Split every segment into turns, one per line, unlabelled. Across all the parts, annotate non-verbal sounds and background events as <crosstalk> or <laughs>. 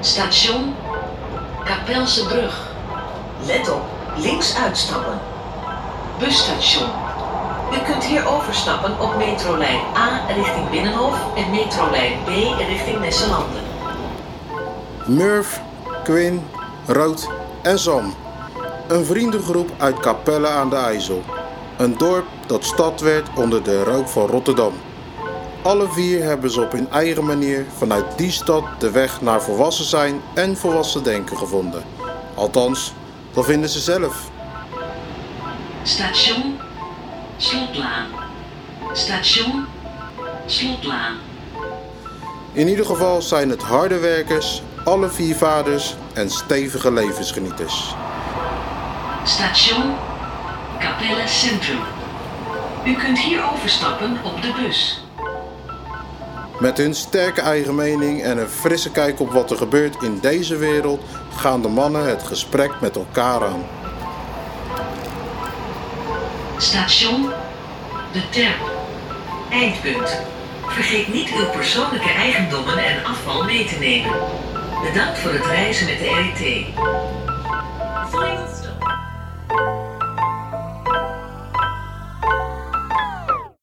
Station Kapelse Brug.
Let op, links uitstappen.
Busstation.
U kunt hier overstappen op metrolijn A richting Binnenhof en metrolijn B richting Nesselanden.
Murf, Quinn, Rood en Zam. Een vriendengroep uit Capelle aan de IJssel. Een dorp dat stad werd onder de rook van Rotterdam. Alle vier hebben ze op hun eigen manier vanuit die stad de weg naar volwassen zijn en volwassen denken gevonden. Althans, dat vinden ze zelf.
Station Slotlaan. Station Slotlaan.
In ieder geval zijn het harde werkers, alle vier vaders en stevige levensgenieters.
Station Capelle Centrum.
U kunt hier overstappen op de bus.
Met hun sterke eigen mening en een frisse kijk op wat er gebeurt in deze wereld gaan de mannen het gesprek met elkaar aan.
Station De Terp.
Eindpunt. Vergeet niet uw persoonlijke eigendommen en afval mee te nemen. Bedankt voor het reizen met de E RIT. Final stop.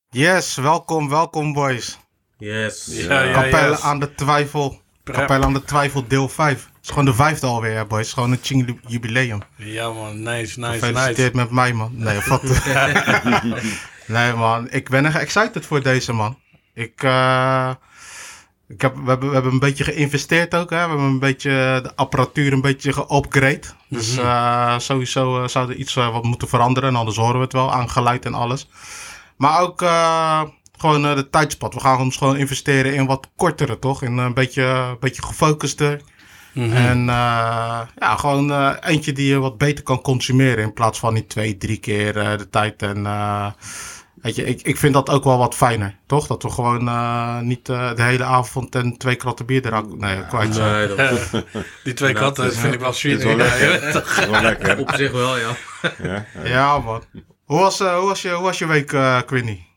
Yes, welkom, welkom boys.
Yes.
Ja, ja.
Kapelle
yes.
aan de twijfel. Kapelle aan de twijfel deel 5. Het is gewoon de vijfde alweer hè boys. Het is gewoon een ching jubileum.
Ja man, nice, nice, nice.
Gefeliciteerd met mij man. Nee, wat?
<laughs>
<laughs> nee man, ik ben echt excited voor deze man. Ik, eh, ik heb, we, hebben, we hebben een beetje geïnvesteerd ook. Hè? We hebben een beetje eh, de apparatuur een beetje geupgrade. Dus eh, sowieso eh, zou er iets eh, wat moeten veranderen. En anders horen we het wel aan geluid en alles. Maar ook eh, gewoon eh, de tijdspad. We gaan ons gewoon investeren in wat kortere, toch? In eh, een beetje, een beetje gefocuster. En eh, ja, gewoon eh, eentje die je wat beter kan consumeren. In plaats van die twee, drie keer eh, de tijd. En eh, weet je, ik, ik vind dat ook wel wat fijner, toch? Dat we gewoon eh, niet eh, de hele avond en twee kratten bier eraan nee, kwijt zijn.
Nee, dat is
Die twee
Nou,
katten,
het
dat
is-
vind ik wel
Dit
zuur.
is wel lekker.
<laughs> Ja,
Dit is wel lekker.
op zich wel, ja.
Ja, ja.
Ja, man. Hoe was, eh, hoe was, je, hoe was je week, eh Quinny?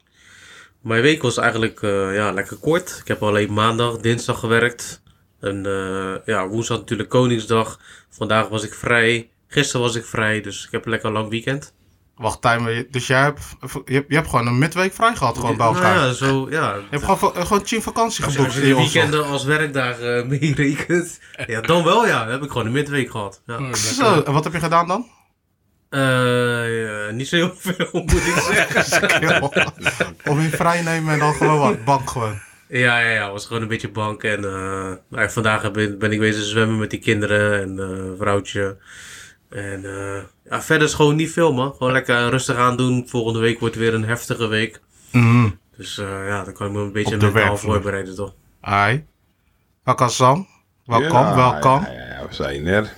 Mijn week was eigenlijk eh, ja, lekker kort. Ik heb alleen maandag, dinsdag gewerkt. En eh, ja, woensdag natuurlijk Koningsdag. Vandaag was ik vrij. Gisteren was ik vrij, dus ik heb een lekker lang weekend.
Wacht, Tijmen, dus jij hebt, je, hebt, je hebt gewoon een midweek vrij gehad, gewoon bij elkaar.
Nou ja, zo, ja.
Je hebt gewoon, vo- eh, gewoon chill vakantie
Als je als
geboekt.
je
in
de
Oslo.
weekenden als werkdagen eh, meerekent. Ja, dan wel ja. Dan heb ik gewoon een midweek gehad. Ja.
Hmm. Zo, en wat heb je gedaan dan?
<laughs> Eh, ja, niet zo heel veel, moet ik zeggen. <laughs>
Om je vrij nemen en dan gewoon wat, bank gewoon.
Ja, ja, ja. was gewoon een beetje bank. En eh, nou, vandaag ben, ben ik bezig zwemmen met die kinderen en eh vrouwtje. En eh, ja, verder is gewoon niet veel, man. Gewoon lekker rustig aandoen. Volgende week wordt weer een heftige week.
Mhm.
Dus eh, ja, dan kan ik me een beetje
Op de
mentaal
werkvloer.
voorbereiden, toch?
Hi. Welkom Sam. Welkom,
Ja,
welkom.
Ja, ja, we zijn er.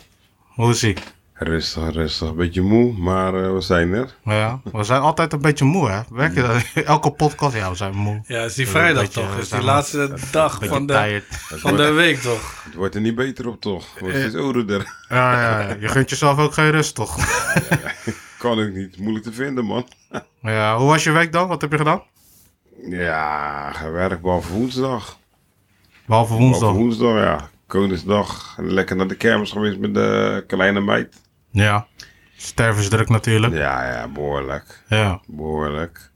Hoe is ie?
Rustig, rustig. Beetje moe, maar eh, we zijn er.
Ja, we zijn altijd een beetje moe, hè? Werk je dat? <laughs> Elke podcast, ja, we zijn moe.
Ja, is die vrijdag
Beetje,
toch?
eh,
Is die
samen.
laatste dag
Beetje
van de,
tired.
Het
van
wordt,
de week toch?
het wordt er niet beter op, toch? Het wordt steeds ouder.
Ja, ja, ja. Je gunt jezelf ook geen rust, toch?
<laughs>
<laughs>
Kan ik niet. Moeilijk te vinden, man.
Ja, hoe was je week dan? Wat heb je gedaan?
Ja, gewerkt behalve woensdag.
Behalve woensdag.
Behalve woensdag, ja. Koningsdag. Lekker naar de kermis geweest met de kleine meid.
Ja. Stervensdruk natuurlijk.
Ja, ja, behoorlijk.
Ja.
Behoorlijk.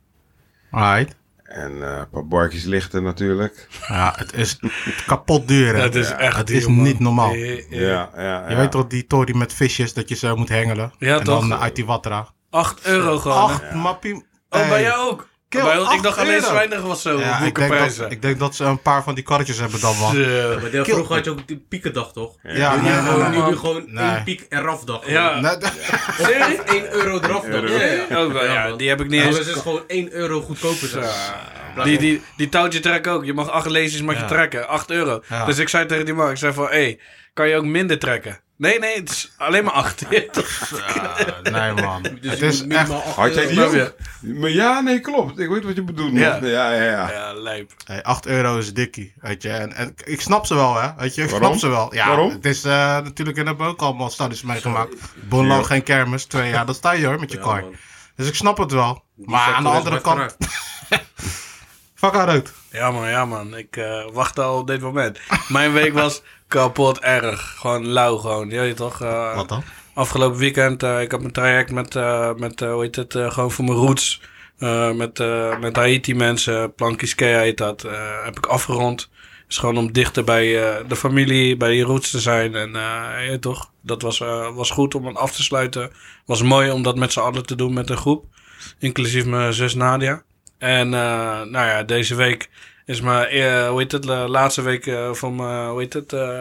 Alright.
En eh, een paar barkjes lichten natuurlijk.
Ja, het is kapot duur, hè?
Ja, het is echt
Het
duur,
is
man.
niet normaal. Je
Eh, eh,
Ja, ja, ja.
weet toch die tory met visjes dat je zo moet hengelen?
Ja,
en
toch?
dan uit die watra.
8 euro gewoon. hè?
Acht mappie.
Oh, bij
Hey.
jou ook?
Kill,
Bij ons-
acht
ik dacht alleen
euro.
Zwijnig was eh, zo.
Ja, ik denk, dat,
Boekenprijzen.
ik denk dat ze een paar van die karretjes hebben dan, man.
Zo.
Maar de,
Kill.
vroeger had je ook de piekendag, toch?
Ja, ja,
Nu
ja,
gewoon,
ja.
nu doe je gewoon
Nee.
één piek eraf dag.
Ja.
Nee,
Of 1 euro eraf dag. Ja, ja.
Ook wel, ja, die heb ik niet
Ja,
eens.
maar het is gewoon 1 euro goedkoper. zeg.
Die, die, die touwtje trek ook. Je mag acht lezers met je trekken. 8 euro.
Ja.
Dus ik zei tegen die man, ik zei van, hé, hey, kan je ook minder trekken? Nee, nee, het is alleen maar <laughs> 8.
Ja, <laughs> nee, man.
<laughs>
Dus
het
je
is
moet
echt...
minimaal acht
Had jij
euro-
die ook? Maar ja, nee, klopt. Ik weet wat je bedoelt. man.
Ja.
ja, ja. ja.
ja, lijp.
Hey, 8 euro is dikkie, weet je. En, en ik snap ze wel, hè. Weet je, ik
Waarom?
snap ze wel. Ja,
Waarom?
Het is eh, natuurlijk... En hebben we ook allemaal studies meegemaakt. Bonlo,
Ja.
geen kermis. Twee jaar, dan sta je hoor, met je
Ja,
kar.
man.
Dus ik snap het wel.
Die
maar aan de
sector is
andere
maar
kant...
verraakt.
Fuck haar uit.
Ja man, ja man. Ik eh, wacht al op dit moment. Mijn week was kapot erg. Gewoon lauw gewoon. Je weet toch? eh,
Wat dan?
Afgelopen weekend, eh, ik had mijn traject met, eh, met eh, hoe heet het, eh, gewoon voor mijn roots. Eh, met, eh, met Haiti mensen, Plankiskea heet dat. eh, heb ik afgerond. Is gewoon om dichter bij eh, de familie, bij je roots te zijn. En eh, je weet toch, dat was, eh, was goed om het af te sluiten. Was mooi om dat met z'n allen te doen met een groep. Inclusief mijn zus Nadia. En eh, nou ja, deze week is mijn, eh, hoe heet het, la- laatste week eh, van mijn, hoe heet het, eh,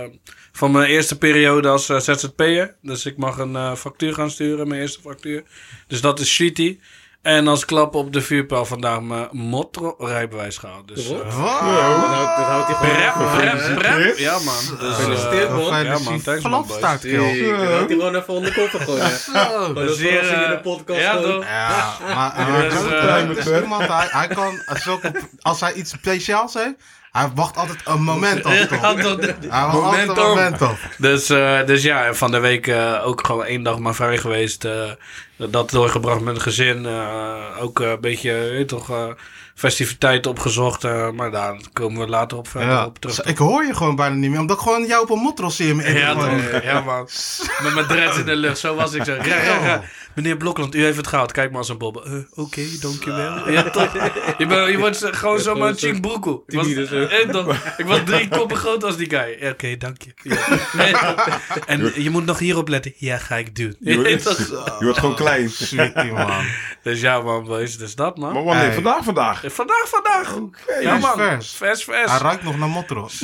van mijn eerste periode als eh, ZZP'er. Dus ik mag een eh, factuur gaan sturen, mijn eerste factuur. Dus dat is shitty. En als klap op de vuurpijl vandaag mijn motro rijbewijs gehaald. Dus, eh,
Dat houdt, dat houdt hij gewoon
Rap,
even.
rap, rap. Ja, man. Dus,
Gefeliciteerd,
eh,
man.
Ja, man. Thanks, man, boys.
Vlapstaart, joh.
Ik had hij gewoon even onder kop gegooien.
Zo.
Maar dat
Zeer,
was in de
eh,
podcast
ja,
ook.
toch? <laughs>
Ja, maar eh,
Ja,
het is
dus,
een
eh,
probleem. Het is iemand, hij, hij kan, als, welke- als hij iets speciaals heeft, hij wacht altijd een moment af. toch?
Ja, toch?
Hij wacht altijd een
Momentum.
moment af.
Dus, eh, dus ja, en van de week eh, ook gewoon één dag maar vrij geweest. eh, dat doorgebracht met een gezin. eh, ook eh, een beetje, je weet toch, eh, festiviteiten opgezocht. eh, maar daar komen we later op verder
Ja.
op terug.
Zo, Ik hoor je gewoon bijna niet meer, omdat ik gewoon jou op een motros zie. hem in-
Ja, toch? Ja,
<laughs>
man. Met mijn dreads in de lucht, zo was ik zo. Ja, ja,
Oh.
ja. Meneer Blokland, u heeft het gehaald. Kijk maar als een bobbel. Eh, Oké, dankjewel.
Ah.
Ja, toch? Je, bent- je wordt zo- gewoon zomaar een chick broekoe. Ik was,
Tiener,
eh, toch? ik was drie koppen groot als die guy. Ja, Oké, dank je. Ja. <laughs> En je moet nog hierop letten. Ja, ga ik doen.
Je
Ja, <laughs>
<laughs> wordt,
toch?
je wordt gewoon klein.
Zwikkie, man.
Dus ja, man, boys. Dus dat,
Maar
man.
wanneer?
Hey.
Vandaag, vandaag.
Vandaag, vandaag. Ja, man.
Oh, vers.
Vers, vers.
Hij ruikt nog naar motros.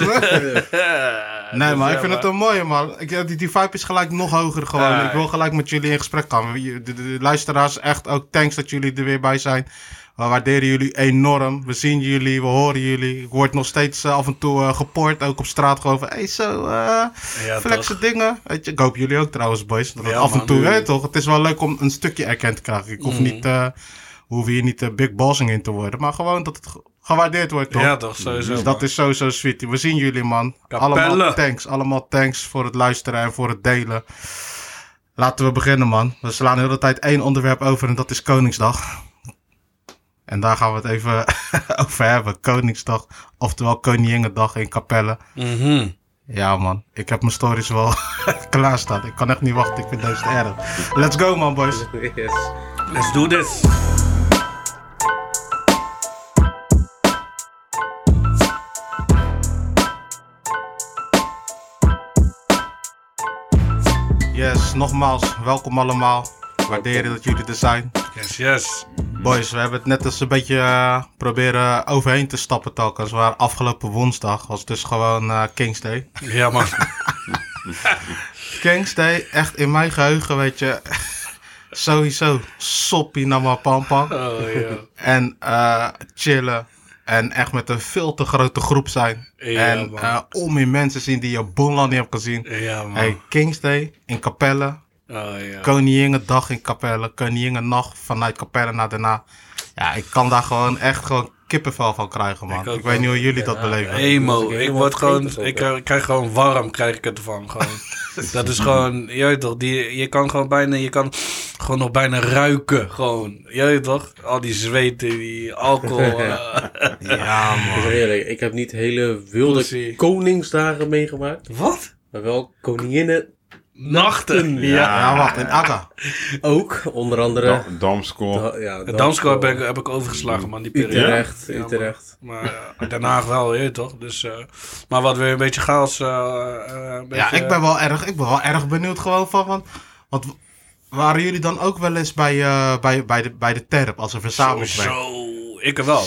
Eh,
Nee,
dus
maar ik
<laughs> ja,
vind het een mooie, man. Ik, die, die vibe is gelijk nog hoger gewoon.
Ja.
Ik wil gelijk met jullie in gesprek gaan. Je- De, de- de luisteraars, echt ook thanks dat jullie er weer bij zijn. We waarderen jullie enorm. We zien jullie, we horen jullie. Ik word nog steeds eh, af en toe eh, gepoord, ook op straat gewoon van... Hé, hey, zo, eh
Ja,
flexe dingen. Weet je, ik hoop jullie ook trouwens, boys. Dat het
Ja,
af en
man. Mm.
toe, hè, toch? Het is wel leuk om een stukje erkend te krijgen. Ik hoef niet... eh we hoeven hier niet eh, big bossing in te worden. Maar gewoon dat het ge- gewaardeerd wordt, toch?
Ja, toch, sowieso.
Dus
man.
dat is sowieso sweet. We zien jullie, man.
Kapelle.
Allemaal thanks. Allemaal thanks voor het luisteren en voor het delen. Laten we beginnen, man. We slaan de hele tijd één onderwerp over en dat is Koningsdag. En daar gaan we het even <laughs> over hebben. Koningsdag, oftewel Koninginnedag in Capelle.
Mhm.
Ja, man. Ik heb mijn stories wel <laughs> klaarstaan. Ik kan echt niet wachten. Ik vind deze te erg. Let's go, man, boys.
<laughs> Yes.
Let's do this.
Yes, nogmaals. Welkom allemaal. Waarderen dat jullie er zijn.
Yes, yes.
Boys, we hebben het net eens een beetje eh, proberen overheen te stappen telkens. Maar afgelopen woensdag was dus gewoon eh Kings Day. <laughs>
Ja, man.
Kings Day, echt in mijn geheugen, weet je. <laughs> Sowieso soppie naar mijn pampang.
Oh, ja.
En eh, chillen. En echt met een veel te grote groep zijn.
Ja,
en
man.
eh, om in mensen zien die je bonland niet hebt gezien.
Ja, man.
Hey, Kings Day in Capelle.
Oh, ja.
Koninginnedag in Capelle, Koninginnenacht vanuit Capelle naar daarna. Ja, ik kan daar gewoon echt gewoon kippenvel van krijgen, man.
Ik
Ik,
ook
weet
wel.
niet hoe jullie dat beleven.
Emo. Ik
helemaal
word gewoon...
vergeten
Ik
ook, hè.
krijg- krijg gewoon warm, krijg ik het <laughs> ervan. Gewoon. Dat is gewoon... Je weet toch, die, je kan gewoon bijna... Je kan gewoon nog bijna ruiken. Gewoon. Je weet toch? Al die zweten, die <laughs> alcohol. eh.
Ja,
Ik
man.
zeg eerlijk, ik heb niet hele wilde
Pussy.
koningsdagen meegemaakt.
Wat?
Maar wel koninginnen
Nachten. Ja.
Ja, wacht, in Agga.
ook. Onder andere.
Da- Damschool.
Da- ja,
Het
Damsko,
danskor heb ik, heb ik overgeslagen, man. Die periode.
Utrecht,
Ja, man.
Utrecht.
Maar eh, Den Haag wel, je weet toch? Dus, eh, maar wat weer een beetje chaos. eh, eh, een
Ja,
beetje-
ik ben wel erg, ik ben wel erg benieuwd gewoon van, want, want waren jullie dan ook wel eens bij, eh, bij, bij, de, bij de terp als een verzameling?
Zo, ik er wel.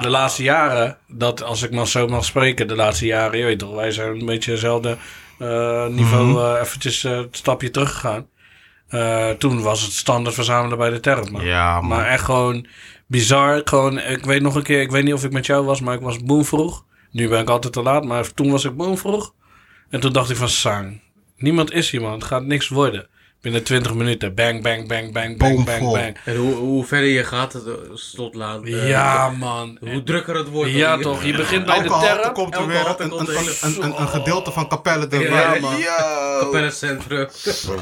De laatste jaren, dat als ik nog zo mag spreken, de laatste jaren, je weet toch, wij zijn een beetje hetzelfde eh, niveau
Mhm.
eh, eventjes eh, het stapje teruggegaan. Eh, toen was het standaard verzamelen bij de terp. man.
Ja, man.
Maar echt gewoon bizar. Gewoon, ik weet nog een keer, ik weet niet of ik met jou was, maar ik was boomvroeg. Nu ben ik altijd te laat, maar toen was ik boomvroeg. En toen dacht ik van, sang. Niemand is hier, man. Het gaat niks worden. Binnen 20 minuten. Bang, bang, bang, bang, bang, bang,
Bomvol.
bang.
En hoe, hoe verder je gaat, het slotlaan. eh,
Ja, man.
Hoe drukker het wordt.
Ja,
dan hier.
toch. Je begint bij
Elke
de
halte
terra.
komt er
Elke
weer
halte
een,
komt
een,
er
een,
hele-
een, een gedeelte van Capelle de
Ja,
Rijn.
man.
Yo.
Capelle Centrum.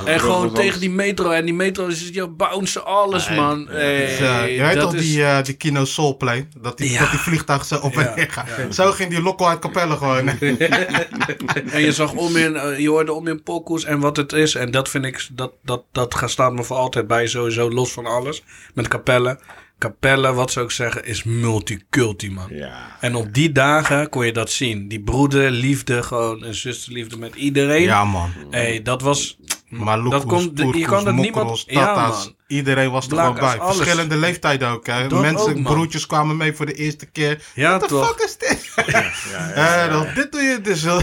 En gewoon tegen die metro. En die metro is dus, ja, bouncen alles, man.
Dus, eh,
Hey,
je weet
dat
toch
is-
die, eh, die Kino Soulplane? Dat die,
Ja.
dat die vliegtuig zo op en
Ja,
neer gaat. Zo ging die lokko uit Capelle gewoon.
En je zag om in, eh, je hoorde om in pokoes en wat het is. En dat vind ik, dat, dat, dat gaat- staat me voor altijd bij, sowieso los van alles. Met Capelle. Capelle, wat zou ik zeggen, is multiculti, man.
Ja.
En op die dagen kon je dat zien. Die broederliefde, gewoon een zusterliefde met iedereen.
ja, man.
hey, dat was
Maar
Dat
Loekoes,
komt- je
Poerkoes,
kan dat niemand-
Mokros,
Ja,
Tata's.
man.
iedereen was er gewoon
Blakas,
bij.
alles.
Verschillende leeftijden ook. Hè.
Dat
Mensen,
ook, man.
broertjes kwamen mee voor de eerste keer.
Ja,
What the
toch.
fuck is dit? <laughs> Eh, dat- dit doe je dus wel.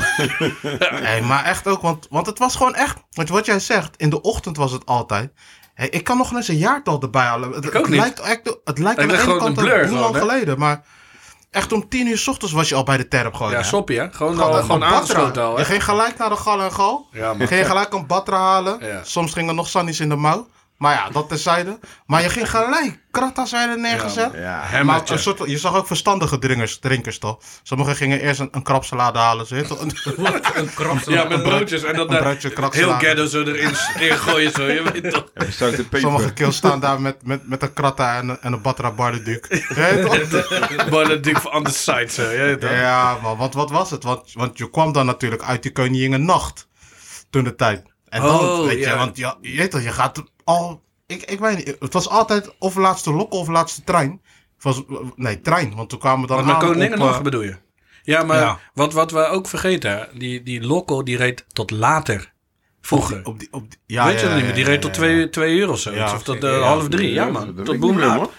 nee, maar echt ook, want, want het was gewoon echt... Want wat jij zegt, in de ochtend was het altijd... Hé, ik kan nog eens een jaartal erbij halen. Het,
Ik ook
het
niet.
lijkt echt... Het lijkt
Ik
aan de
ben
ene
gewoon
kant
een blur
hoe
gewoon,
lang
hè.
geleden, maar... Echt om tien uur 's ochtends was je al bij de terp gewoon.
ja,
hè.
soppie, hè? Gewoon,
Gewoon
al,
een
gewoon
Batra.
aangesloten al,
Je
hè?
ging gelijk naar de gal en gal.
Ja, man.
je ging gelijk een batra halen.
Ja.
Soms gingen nog sannies in de mouw. Maar ja, dat terzijde. Maar je ging gelijk. Kratas zijn er neergezet.
Ja.
Maar
Hemmertje.
een soort, je zag ook verstandige drinkers, drinkers toch? Sommigen gingen eerst een, een krapsalade halen. Ze toch? Een,
Wat een krapsalade.
Ja, met broodjes en dat
een
daar
broodje
heel
krapsalade.
ghetto zo erin
<laughs>
erin gooien, zo, je weet toch?
En zoute
<laughs>
peper.
Sommige kills staan daar met, met, met een kratta en, een- en een batra bardeduk.
<laughs> Maar dat ding van on the side, zo, je weet toch?
Ja, maar wat, wat was het? Want, want je kwam dan natuurlijk uit die Koningin nacht. Toen de tijd. En dan,
Oh,
weet
ja.
je, want je, je weet toch, je gaat al... Ik, ik weet niet, het was altijd of laatste lok of laatste trein. Het was, nee, trein, want toen kwamen we dan
Maar
aan
koningin
op, eh,
nog bedoel je? Ja, maar
Ja.
Wat, wat we ook vergeten, hè, die, die Lokko die reed tot later. Vroeger.
op die, op die, ja,
weet je
ja,
dat niet meer? Die
ja,
reed
ja,
tot twee, twee uur of zo.
Ja.
of tot eh, half drie, ja, man.
Dat weet
tot
ik niet meer,
boemlaat.
hoor.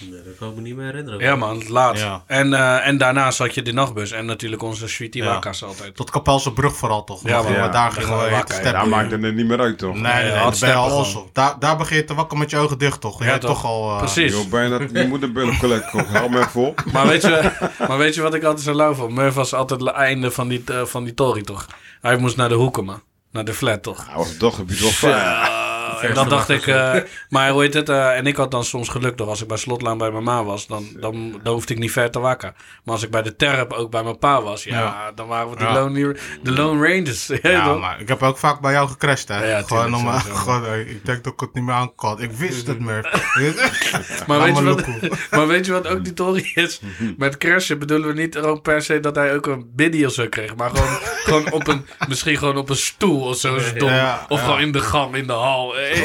Nee, dat kan ik me niet meer herinneren.
Ja man, laat.
Ja.
En, eh, en daarna zat je de nachtbus en natuurlijk onze Sweetie
Ja.
Wakas altijd.
Tot Kapelse Brug vooral toch?
Ja,
Want
man.
maar daar
Ja,
gingen
gewoon
we
wakker,
wakker.
ja.
Daar maakt het er niet meer uit, toch?
Nee, nee,
Ja,
nee, dat ben je
hardsteppen
al
gewoon.
ossel. Daar, daar begin je te wakker met je ogen dicht toch? Je
Ja,
hebt
toch.
toch al... eh,
Precies.
Je bijna dat je moederbullen collect kocht. Hou me vol.
Maar weet, je, <laughs> maar weet je wat ik altijd zo lauw vond? Murph was altijd het einde van die, eh, van die tory toch? Hij moest naar de hoeken man. Naar de flat toch?
Hij was toch een bijzonder.
<laughs>
Eh, en dan dacht ik, eh, maar hoe heet het? eh, en ik had dan soms geluk nog, als ik bij Slotlaan bij mijn ma was, dan, dan, dan hoefde ik niet ver te wakken. Maar als ik bij de Terp ook bij mijn pa was, ja,
Ja.
dan waren we de,
Ja.
lone, de lone Rangers. <laughs> je weet
Ja,
toch?
maar ik heb ook vaak bij jou gecrashed, hè?
Ja, ja,
gewoon
tuurlijk,
om,
sowieso.
gewoon, eh, ik denk dat ik het niet meer aan kan. Ik wist het
<laughs>
meer.
Maar weet, je
Allemaal
wat,
loco.
<laughs> maar weet je wat ook die tory is? Met crashen bedoelen we niet gewoon per se dat hij ook een biddy of zo kreeg. Maar gewoon, gewoon op een, misschien gewoon op een stoel of zo. is dom.
Ja,
of
ja.
gewoon in de gang, in de hal. <laughs> Hey,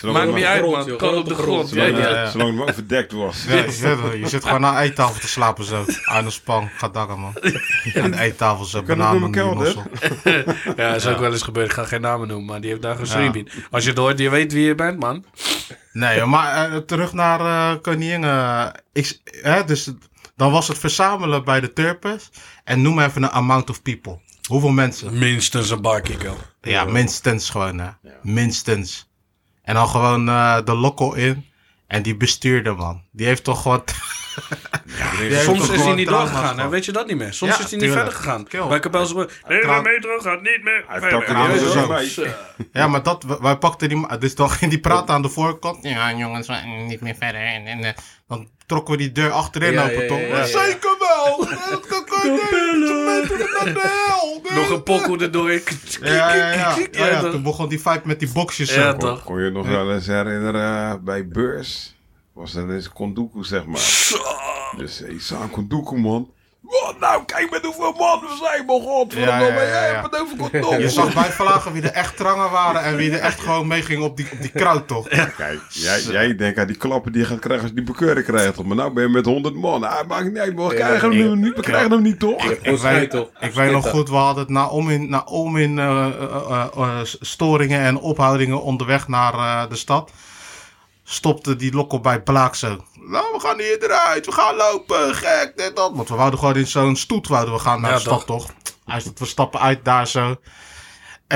Zolang
maakt
het
niet
maar-
uit,
grond,
man.
joh.
Gewoon op de grond.
Zolang,
weet je.
Ja,
ja,
ja.
zolang het maar overdekt was.
Ja, je, zit, er- je zit gewoon aan de eettafel te slapen zo. Aan de span, ga dakken
<laughs>
man. Aan de eettafel zo,
Kan dat
bananen,
door mijn
noedels
kelder?
op.
Ja, is ook wel eens gebeurd. Ik ga geen namen noemen, maar die heeft daar geschreven. Als je het hoort, je weet wie je bent, man.
Nee, maar eh, terug naar eh Koningin. eh, ik, hè, dus het- dan was het verzamelen bij de Turpers. En noem even een amount of people. Hoeveel mensen?
Minstens een barkiko.
Ja, minstens gewoon, hè. Minstens. En dan gewoon eh, de lokkel in. En die bestuurder, man. Die heeft toch wat... <laughs> Ja,
Soms
toch
is hij
gewoon
niet
trauma's
doorgegaan, hè?
van.
weet je dat niet meer? Soms
Ja,
is hij niet
tuurlijk.
verder gegaan.
Kill.
Bij Kapel's Nee, de
Traum-
metro gaat niet meer
Hij
verder.
pakte
Je
die
weet
zo.
zo
toch?
mee.
Ja, maar dat, w- wij pakten die. ma- Dus toch, <laughs> die praten aan de voorkant. Ja, jongens, we- niet meer verder. En, en, eh, dan trokken we die deur achterin
Ja,
open,
ja,
toch?
ja, ja,
Zeker
<laughs>
wel! Dat kan niet! Ze meten me naar de hel! Nee.
Nog een pokkel erdoor.
Ja, ja, ja.
Kik, kik,
Ja, ja,
ja,
toen begon die fight met die boxjes.
Ja,
zo.
toch.
Kon je nog wel eens herinneren bij beurs? Was er eens Kondoku, zeg maar. Dus ik zag een Kondoku, man. Wat nou, kijk met hoeveel man we zijn, man. Godverdomme,
Ja, ja, ja, ja.
jij hebt het over Kondoku.
Je zag bij verlagen wie er echt trangen waren en wie er echt gewoon mee ging op die, op die kruid, toch?
Kijk, jij, jij denkt aan die klappen die je gaat krijgen als je die bekeuring krijgt. Maar nou ben je met 100 man. Ah, maakt niet uit, man. We krijgen hem nu niet, we krijgen hem niet, toch?
Ik weet,
toch?
ik weet nog goed, we hadden het na om in, na om in eh, eh, eh, eh, storingen en ophoudingen onderweg naar eh, de stad. Stopte die lokkel bij Blaak zo. Nou, we gaan hier eruit, we gaan lopen, gek, dit, dat. Want we wouden gewoon in zo'n stoet wouden we gaan naar
Ja,
de stad, toch? Hij dat we stappen uit daar zo.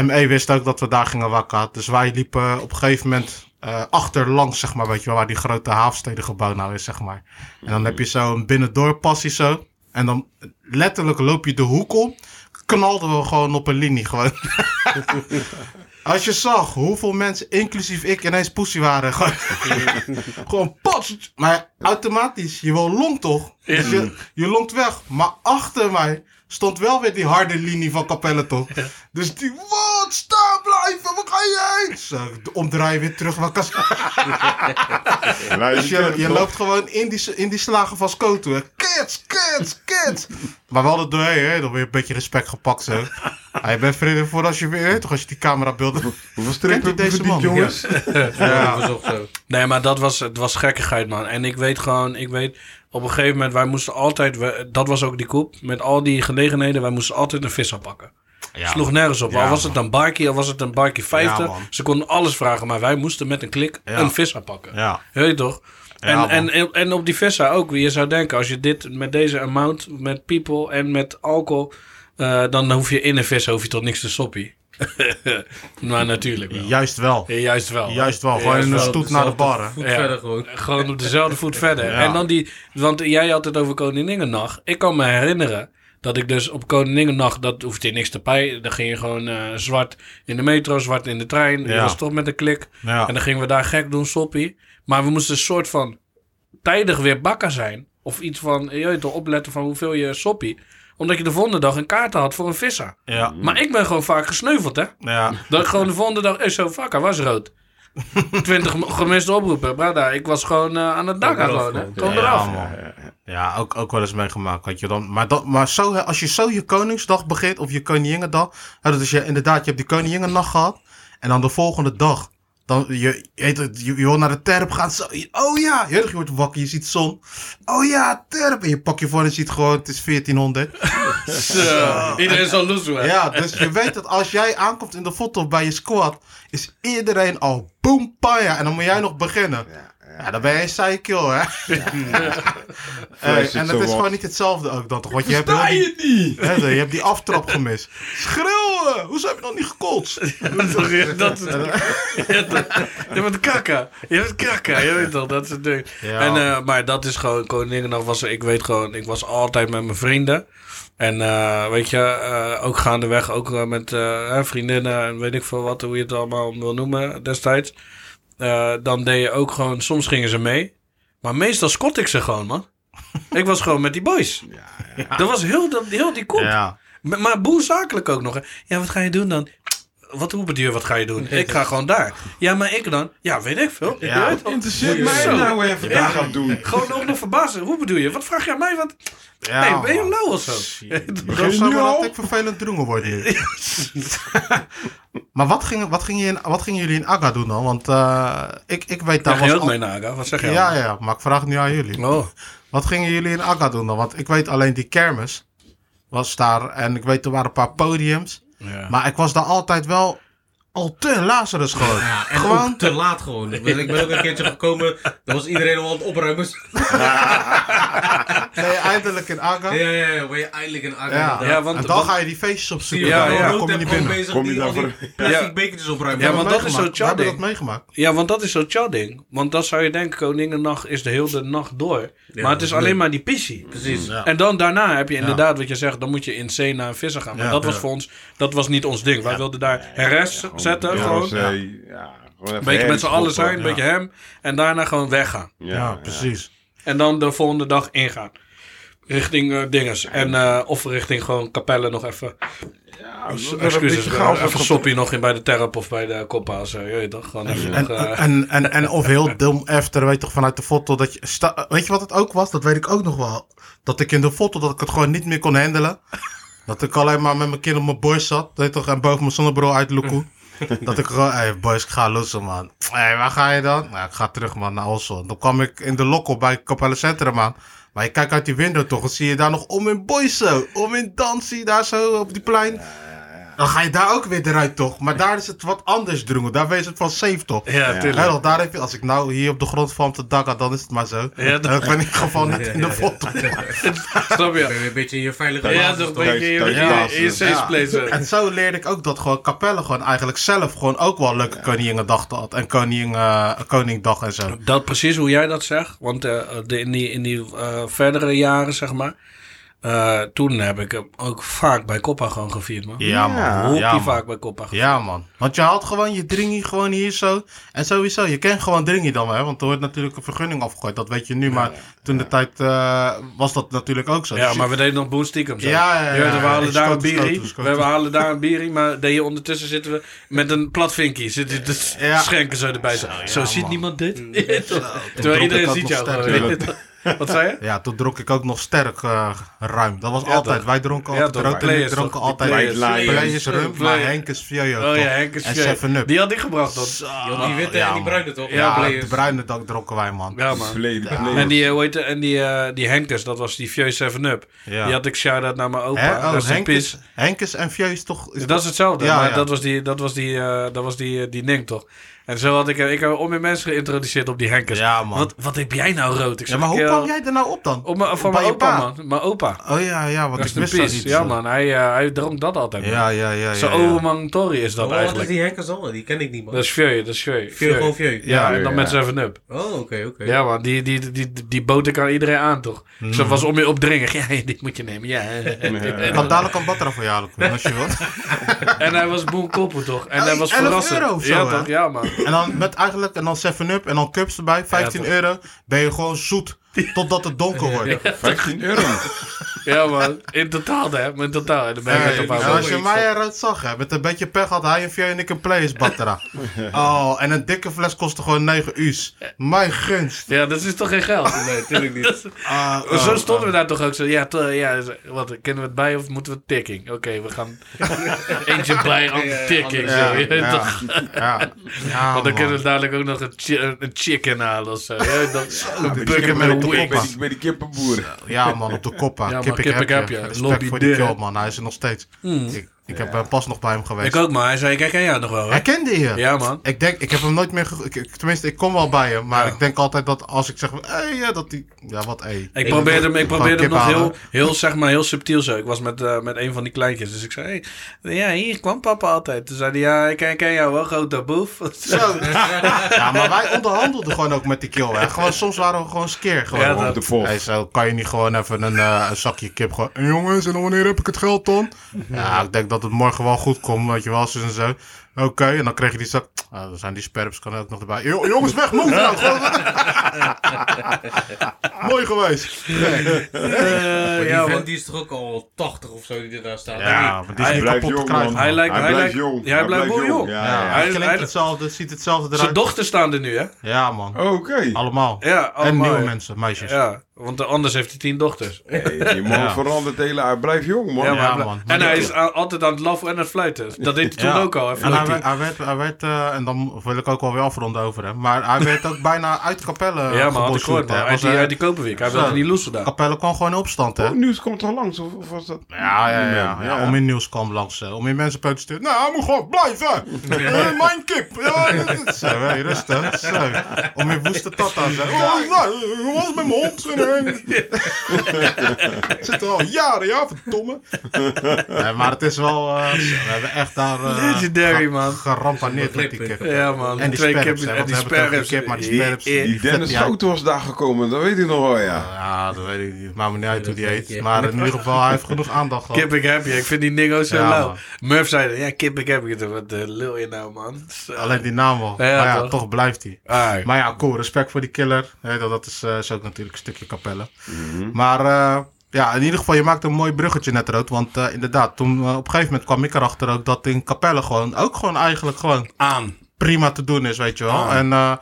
ME wist ook dat we daar gingen wakker. Dus wij liepen op een gegeven moment eh achterlangs, zeg maar, weet je wel, waar die grote haafstedengebouw nou is, zeg maar. En dan heb je zo een binnendorp passie zo. En dan letterlijk loop je de hoek om, knalden we gewoon op een linie. Gewoon. <laughs> Als je zag hoeveel mensen, inclusief ik, ineens poesie waren. Gewoon, <laughs> gewoon pots. Maar automatisch, je wil longt toch? Dus je, je longt weg. Maar achter mij stond wel weer die harde linie van Capelle toch? Dus die, wat, staan blijven, waar ga je heen? Zo, omdraaien weer terug. Wat kan
Nou,
dus je,
kent
je
toch?
loopt gewoon in die, s- in die slagen van Sko toe. hè. Kids, kids, kids. maar wel er doorheen, hè? Dan weer een beetje respect gepakt, zo. Ah, je bent vrienden voor als je weer, hè, toch, als je die camera beelden.
Hoeveel
Kent u
strippen
deze
deze
man?
man, jongens?
Ja. Verzocht,
eh.
zo.
Nee, maar dat was, het was gekkigheid, man. En ik weet gewoon, ik weet, op een gegeven moment, wij moesten altijd, we, dat was ook die koep, met al die gelegenheden, wij moesten altijd een visser pakken. Sloeg nergens op.
Ja,
al was
man.
het een barkie, al was het een barkie 50.
Ja, man.
ze konden alles vragen, maar wij moesten met een klik
Ja.
een visser pakken.
Ja.
Je Weet je toch? En,
man.
en, en, en op die vissa ook. Je zou denken, als je dit met deze amount, met people en met alcohol, eh, dan hoef je in een vissa hoef je tot niks te soppie. <laughs> maar natuurlijk wel.
Juist wel.
Ja, Juist wel.
Juist wel. Gewoon in een stoet naar de bar, hè.
Voet
Ja.
verder gewoon.
Gewoon op dezelfde voet verder. En dan die, want jij had het over Koninginnenacht. Ik kan me herinneren dat ik dus op Koninginnenacht, dat hoefde je niks te pij. Dan ging je gewoon eh, zwart in de metro, zwart in de trein. Je
Ja.
was toch met een klik.
Ja.
En dan gingen we daar gek doen, soppie. Maar we moesten een soort van tijdig weer bakken zijn. Of iets van, eh, je weet toch, opletten van hoeveel je soppie. Omdat je de volgende dag een kaart had voor een visser.
Ja.
Maar ik ben gewoon vaak gesneuveld, hè.
Ja.
Dat ik gewoon de volgende dag... eh, zo, fuck, hij was
<laughs>
rood. 20 m- gemiste oproepen. Brada, ik was gewoon eh, aan het dak aan
eraf,
gewoon, hè.
man.
Kom
Ja,
eraf.
man. Ja, ook, ook wel eens meegemaakt. Had je dan, maar dat, maar zo, hè, als je zo je Koningsdag begint of je Koninginnedag. Hè, dat is je, inderdaad, je hebt die Koninginnenacht gehad. En dan de volgende dag. Dan, je, je, weet het, je, je wil naar de terp gaan. Zo, je- oh ja, je, je wordt wakker, je ziet zon. Oh ja, terp. En je pak je voor en je ziet gewoon, het is 1400.
Zo. Dus, eh, Iedereen zal loes hè.
Ja, dus je weet dat als jij aankomt in de foto bij je squad, is iedereen al boem, paya. En dan moet jij nog beginnen. Ja, dan ben je een psycho, hè? Hey,
Fluistert
en
zo
dat is
wat.
gewoon niet hetzelfde ook dan toch? Want je hebt, heel die,
niet!
hè, je hebt die aftrap gemist. Schreeuwen! Hoezo heb je nog niet gekotst?
dat, dat, je bent krakken. Je bent krakken. Je weet toch, dat soort dingen.
Ja.
En, eh, maar dat is gewoon, Koninginnedag was, ik weet gewoon, ik was altijd met mijn vrienden. En eh, weet je, eh ook gaandeweg, ook eh, met eh, hè, vriendinnen en weet ik veel wat, hoe je het allemaal wil noemen destijds. Eh, dan deed je ook gewoon, soms gingen ze mee. Maar meestal scot ik ze gewoon, man. ik was gewoon met die boys. Dat was heel, dat- heel die kop.
Ja.
Maar, maar boel zakelijk ook nog. hè. Ja, wat ga je doen dan? Wat hoeperduur, wat ga je doen? Ik ga gewoon daar. Ja, maar ik dan? Ja, weet ik veel.
Ja.
Je weet wel.
Interesseert mij
Zo.
nou even daar gaan doen.
Gewoon ook nog verbazen. Hoe bedoel je? Wat vraag jij mij? Wat?
ja
hey, ben je
man.
nou of zo? <laughs>
Zo
Begin
zou
nu
maar
al?
dat ik vervelend droemen word nu. <laughs> maar wat, ging, wat, ging je in, wat gingen jullie in Aga doen dan? Want eh, ik, ik weet daar
Daar ga je
was
ook mee
al-
naar, Aga. Wat zeg jij?
Ja, ja, maar ik vraag het nu aan jullie.
Oh.
Wat gingen jullie in Akka doen dan? Want ik weet alleen die kermis was daar. En ik weet er waren een paar podiums.
Ja.
Maar ik was daar altijd wel al te Lazarus gewoon.
Ja, en
gewoon.
ook te laat gewoon. Ik ben, ik ben ook een keertje gekomen, dan was iedereen al aan het opruimen.
Ben je eindelijk in Akka?
Ja, ja, ja, ben je eindelijk een akker.
Ja.
Ja, want-
en dan
want-
ga je die feestjes opzoeken.
Ja,
Ja,
ja.
Dan kom je niet binnen.
Bezig,
Kom je
die, al
daarvoor-
die plastic
Ja.
bekertjes opruimen.
Ja, want dat is zo'n
We hebben dat
charding.
meegemaakt.
ja, want dat is zo'n ding. Want dan zou je denken, Koningennacht is de hele nacht door.
Ja,
maar het is
dat
alleen
is-
maar die pissie.
Precies.
Mm,
Ja.
En dan daarna heb je inderdaad wat je zegt, dan moet je in zee naar een visser gaan. Maar
Ja,
dat
ja.
was voor ons, dat was niet ons ding. Wij wilden daar heres zetten,
Ja,
gewoon.
Rosé, ja, gewoon
Een
even
beetje met z'n allen
herrie
zijn, een
schoppen.
beetje hem. En daarna gewoon weggaan.
Ja, precies.
En dan de volgende dag ingaan. Richting eh, dinges. En, eh, of richting gewoon kapellen nog even.
Ja, dat is een
Excuses.
beetje
eh,
chaos.
even soppie nog in bij de terp of bij de koppa. Zo, je weet toch? Gewoon even
En,
nog, eh,
<laughs> en, en, en of heel dom efter, weet je toch, vanuit de foto dat je... sta- weet je wat het ook was? Dat weet ik ook nog wel. Dat ik in de foto, dat ik het gewoon niet meer kon handelen. Dat ik alleen maar met mijn kind op mijn borst zat. Weet je toch, en boven mijn zonnebril uit Lokoe. <laughs> dat ik gewoon, hé hey, boys, ik ga lossen, man. Hé, waar ga je dan? Nou, ik ga terug, man, naar Oslo. Dan kwam ik in de lokkel bij Capelle Centrum aan. Maar je kijkt uit die window toch en zie je daar nog om in boys zo. Om in dansie, daar zo op die plein. Dan ga je daar ook weer eruit, toch? Maar daar is het wat anders, Droengel. Daar wees het van safe, toch?
ja, tuurlijk.
Gerald, daar heb je, als ik nou hier op de grond val om te dakken, dan is het maar zo.
Ja, dat-
Dan ben ik gewoon net in de foto.
<laughs> Snap
Ben
je?
je een beetje in je veilige
Ja,
basis,
toch een
toch?
beetje in je-
thuis-
in je
thuis-
safe place. hè.
<laughs> En zo leerde ik ook dat gewoon Capelle gewoon eigenlijk zelf gewoon ook wel leuke koningendachten had. En koning, eh, koningdag en zo.
Dat precies hoe jij dat zegt. Want eh, de, in die, in die eh, verdere jaren, zeg maar. eh, toen heb ik hem ook vaak bij Coppa gewoon gevierd, man.
Ja, man.
Hoppie
Ja, man.
vaak bij Coppa gevierd.
Ja, man. Want je haalt gewoon je dringie gewoon hier zo. En sowieso, je kent gewoon dringie dan wel. hè, Want er wordt natuurlijk een vergunning afgegooid. Dat weet je nu. Maar toen de tijd eh, was dat natuurlijk ook zo.
Ja,
Dus je-
maar we deden nog boel stiekem zo.
Ja, ja, ja.
Je weet, we halen
Ik
daar een
schoot,
bierie,
schoot, schoot.
we halen daar een bierie, maar deed je ondertussen zitten we met een plat vinkie. Zitten te
Ja.
schenken zo erbij. Zo, zo ziet
man. Mm.
niemand dit.
drop
Terwijl
ik
iedereen
ook
ziet
nog
jou
sterk,
gewoon,
ja.
weet je het. Wat zei je?
Ja, toen dronk ik ook nog sterk eh, ruim. Dat was
Ja,
altijd.
toch?
Wij dronken
Ja,
altijd
toch?
rood. En jullie
Players,
dronken
toch?
altijd
Players,
Players,
Players,
rum.
eh,
Maar
Players.
Henk is Fiojo.
Oh ja,
toch?
Henk is
En
Fiojo.
7-Up.
Die had ik gebracht dan.
Joh, die witte
Ja,
en die
man.
bruine toch?
Ja, de
players.
bruine dak dronken wij, man.
Ja, man.
Verleden,
En
verleden.
die, eh, hoe heet het, en die, eh, die Henkes, dat was die Fieu 7-Up.
Ja.
Die had ik shout-out naar mijn opa.
Hè? Oh,
dat is een
Henk,
pis.
is, Henk is en Fiojo is toch... is
Dat is hetzelfde,
Ja,
maar
ja.
dat was die, dat was die, eh, dat was die, eh, die Nink toch? En zo had ik, eh, ik heb om in mensen geïntroduceerd op die Henkes.
Ja, man.
Wat, wat heb jij nou rood? Ik
Ja,
zeg,
maar hoe
eh,
kwam jij er nou op dan?
Op mijn- van
Bij
mijn
je pa?
opa, man. Mijn opa.
Oh ja, ja, want ik
Rest in
wist dat
peace.
iets.
Ja, man. Hij, eh, hij dronk dat altijd. man.
Ja, ja, ja. ja,
Zo'n
ja.
Oromang Tori is dat
Oh, wat is
eigenlijk.
die Henkers dan? Die ken ik niet, man.
Dat is Fieu, dat is Fieu.
Vier
Fieu.
gewoon vier.
Ja,
Ja, en dan
ja.
met 7-Up.
Oh, oké, oké.
Ja, man. Die, die, die, die, die boter kan iedereen aan, toch?
Mm.
Zo was om je opdringig. <laughs> Ja, dit moet je nemen. Ja.
<laughs> Ik had dadelijk een batterij voor je halen, Koen, als je
<laughs>
wilt.
en hij was boel koppel, toch? En
Oh,
hij was
11
verrassend.
euro of zo,
ja,
hè?
toch? Ja, man.
En dan met eigenlijk, en dan 7-Up en dan cups erbij, 15
Ja,
euro. Ben je gewoon zoet, totdat het donker
<laughs>
wordt.
15 euro.
Ja, man. In totaal, hè? Maar in totaal. En dan ben je
Hey,
net op
en
haar
als je
boven.
mij eruit zag, hè, met een beetje pech had hij een Fio en ik een Players batterij. Oh, en een dikke fles kostte gewoon 9 u's. Mijn gunst.
Ja, dat is toch geen geld?
Nee, natuurlijk
<laughs>
niet.
Dat-
Ah,
Maar zo
oh,
stonden we daar toch ook zo. Ja, to- ja z- wat, kennen we het bij of moeten we tikking? Oké, we
<laughs>
gaan eentje bij, ander tikking.
Ja,
zo, je weet
ja.
toch?
Ja,
<laughs>
ja
Want dan
man.
kunnen we dadelijk ook nog een, chi- een chicken halen of zo. Ja, dan, een bucket met
chicken met
een
de
wings.
kop.
Ik ben die kippenboer.
Ja, man, op de kop.
Ja,
Ja,
man,
kip ik
kip
heb
ik
je.
heb je.
Respect
Lobby
voor die
deur.
kill, man. Hij is er nog steeds. Ik, ik heb eh, pas nog bij hem geweest.
Ik ook, maar hij zei, kijk, jij jou nog wel, hè?
Hij kende je.
Ja, man.
Ik denk, ik heb hem nooit meer... ge- ik- ik- tenminste, ik kom wel bij hem. Maar
Ja.
ik denk altijd dat als ik zeg... Hey, ja, dat die... Ja, wat hey.
Ik probeerde hem, ik probeerde hem
kip
nog heel,
halen.
heel, zeg maar, heel subtiel zo. Ik was met, eh, met een van die kleintjes. Dus ik zei, hey, ja, hier kwam papa altijd. Toen zei hij, ja, ik ken, ik ken jou wel, grote boef. <laughs> Dus, eh,
Zo. ja, maar wij onderhandelden gewoon ook met die kill. Hè. Gewoon, soms waren we gewoon skeer. Gewoon.
Ja,
Op
dat-
de vol.
Hey, zo, kan je niet gewoon even een, eh, een zakje kip gewoon... "Hey, jongens, en wanneer heb ik het geld dan?
Mhm.
Ja, ik denk dat het morgen wel goed komt, weet je wel, zus en zo. Oké, en dan kreeg je die zak... Ah, dan zijn die sperps kan ook nog erbij. "Jo- jongens, weg, move nou, gewoon weg." <laughs> Mooi geweest.
Eh,
Maar die
ja, man.
vent die is toch ook al 80 of zo die er daar staat.
Ja,
Ja.
want die is
blijft
kapot te
jong,
krijgen.
man.
Hij lijkt- hij
blijft
lijkt-
jong.
ja, hij blijft wel jong.
Ja,
Ja, ja.
hij
hij-
klinkt
hij-
hetzelfde, ziet hetzelfde
Zijn
eruit.
dochters staan er nu, hè?
Ja, man.
Oké.
Allemaal.
Ja,
En
allemaal,
nieuwe
ja.
mensen, meisjes. Ja,
Ja, want anders heeft hij tien dochters.
Hey, je man
Ja.
verandert hele Hij blijft jong, man.
Ja, maar hij bla-
man.
En hij is a- altijd aan het laffen en aan het fluiten. Dat deed hij toen ook al. hè,
En hij
fluiten.
werd, hij werd, hij werd, eh, en dan wil ik ook wel weer afronden over hem, maar hij werd ook <laughs> bijna uit Capelle
Ja, maar had ik gehoord,
gebosjoerd,
man.
hè.
Uit
Was,
die,
eh,
uit die Koperwijk. Hij wilde
zo.
niet loesen daar.
Capelle kwam gewoon in opstand, hè?
Oh, nieuws komt al langs, of, of was dat?
Ja, ja, ja, ja. ja. Om in nieuws kwam langs. eh, Om in mensen protesteren. Nou, hij moet gewoon blijven. Eh, mijn kip. Ja, dit- dit- zo, hé, rustig. Zo. Om in woeste tata's. hè. Oh, nou, hoe was het met mijn hond? Ik zit er al jaren, ja, verdomme. Nee, maar het is wel... eh, we hebben echt daar... eh,
Legendary,
ge-
man.
Gerampaneerd met die kip.
Ja, man,
En die
twee
sperps,
kippen-
hè,
en
want
die
we hebben het over
sperps.
die kip, maar die sperps...
Die-
Die
vet
Dennis
niet uit.
Schouten was daar gekomen, dat weet ik nog wel, ja.
Ja, dat weet ik niet. Maakt me niet uit hoe die heet.
Ja.
Maar in ieder geval, hij heeft genoeg aandacht gehad.
Kip ik heb je. Ik vind die ding ook zo
Ja,
lauw.
man.
Murph zei dan, ja, kip ik heb je. Wat eh, lul je nou, man? Zo.
Alleen die naam al.
Ja,
maar ja,
toch.
toch, blijft hij.
Ah,
Maar ja, cool. Respect voor die killer. Hè, dat, dat is, eh, is ook natuurlijk een stukje kapellen. Maar eh, ja, in ieder geval, je maakt een mooi bruggetje net rood. Want eh, inderdaad, toen eh, op een gegeven moment kwam ik erachter ook dat in kapellen gewoon ook gewoon eigenlijk gewoon
aan.
prima te doen is, weet je wel. En eh,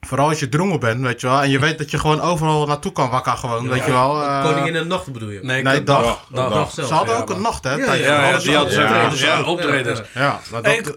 vooral als je drongen bent, weet je wel. En je weet dat je gewoon overal naartoe kan wakker gewoon, weet je wel. Eh,
Koningin in de nacht bedoel je?
Nee, ik
Nee,
dacht-
dag.
Dag,
dag.
zelf.
Ze hadden
ja,
ook
man.
een nacht, hè?
Ja,
tijdje
ja,
geleden.
ja, die hadden ze
Ja,
optredens.
ja, optredens.
Ja, maar dat,
Hey, ik-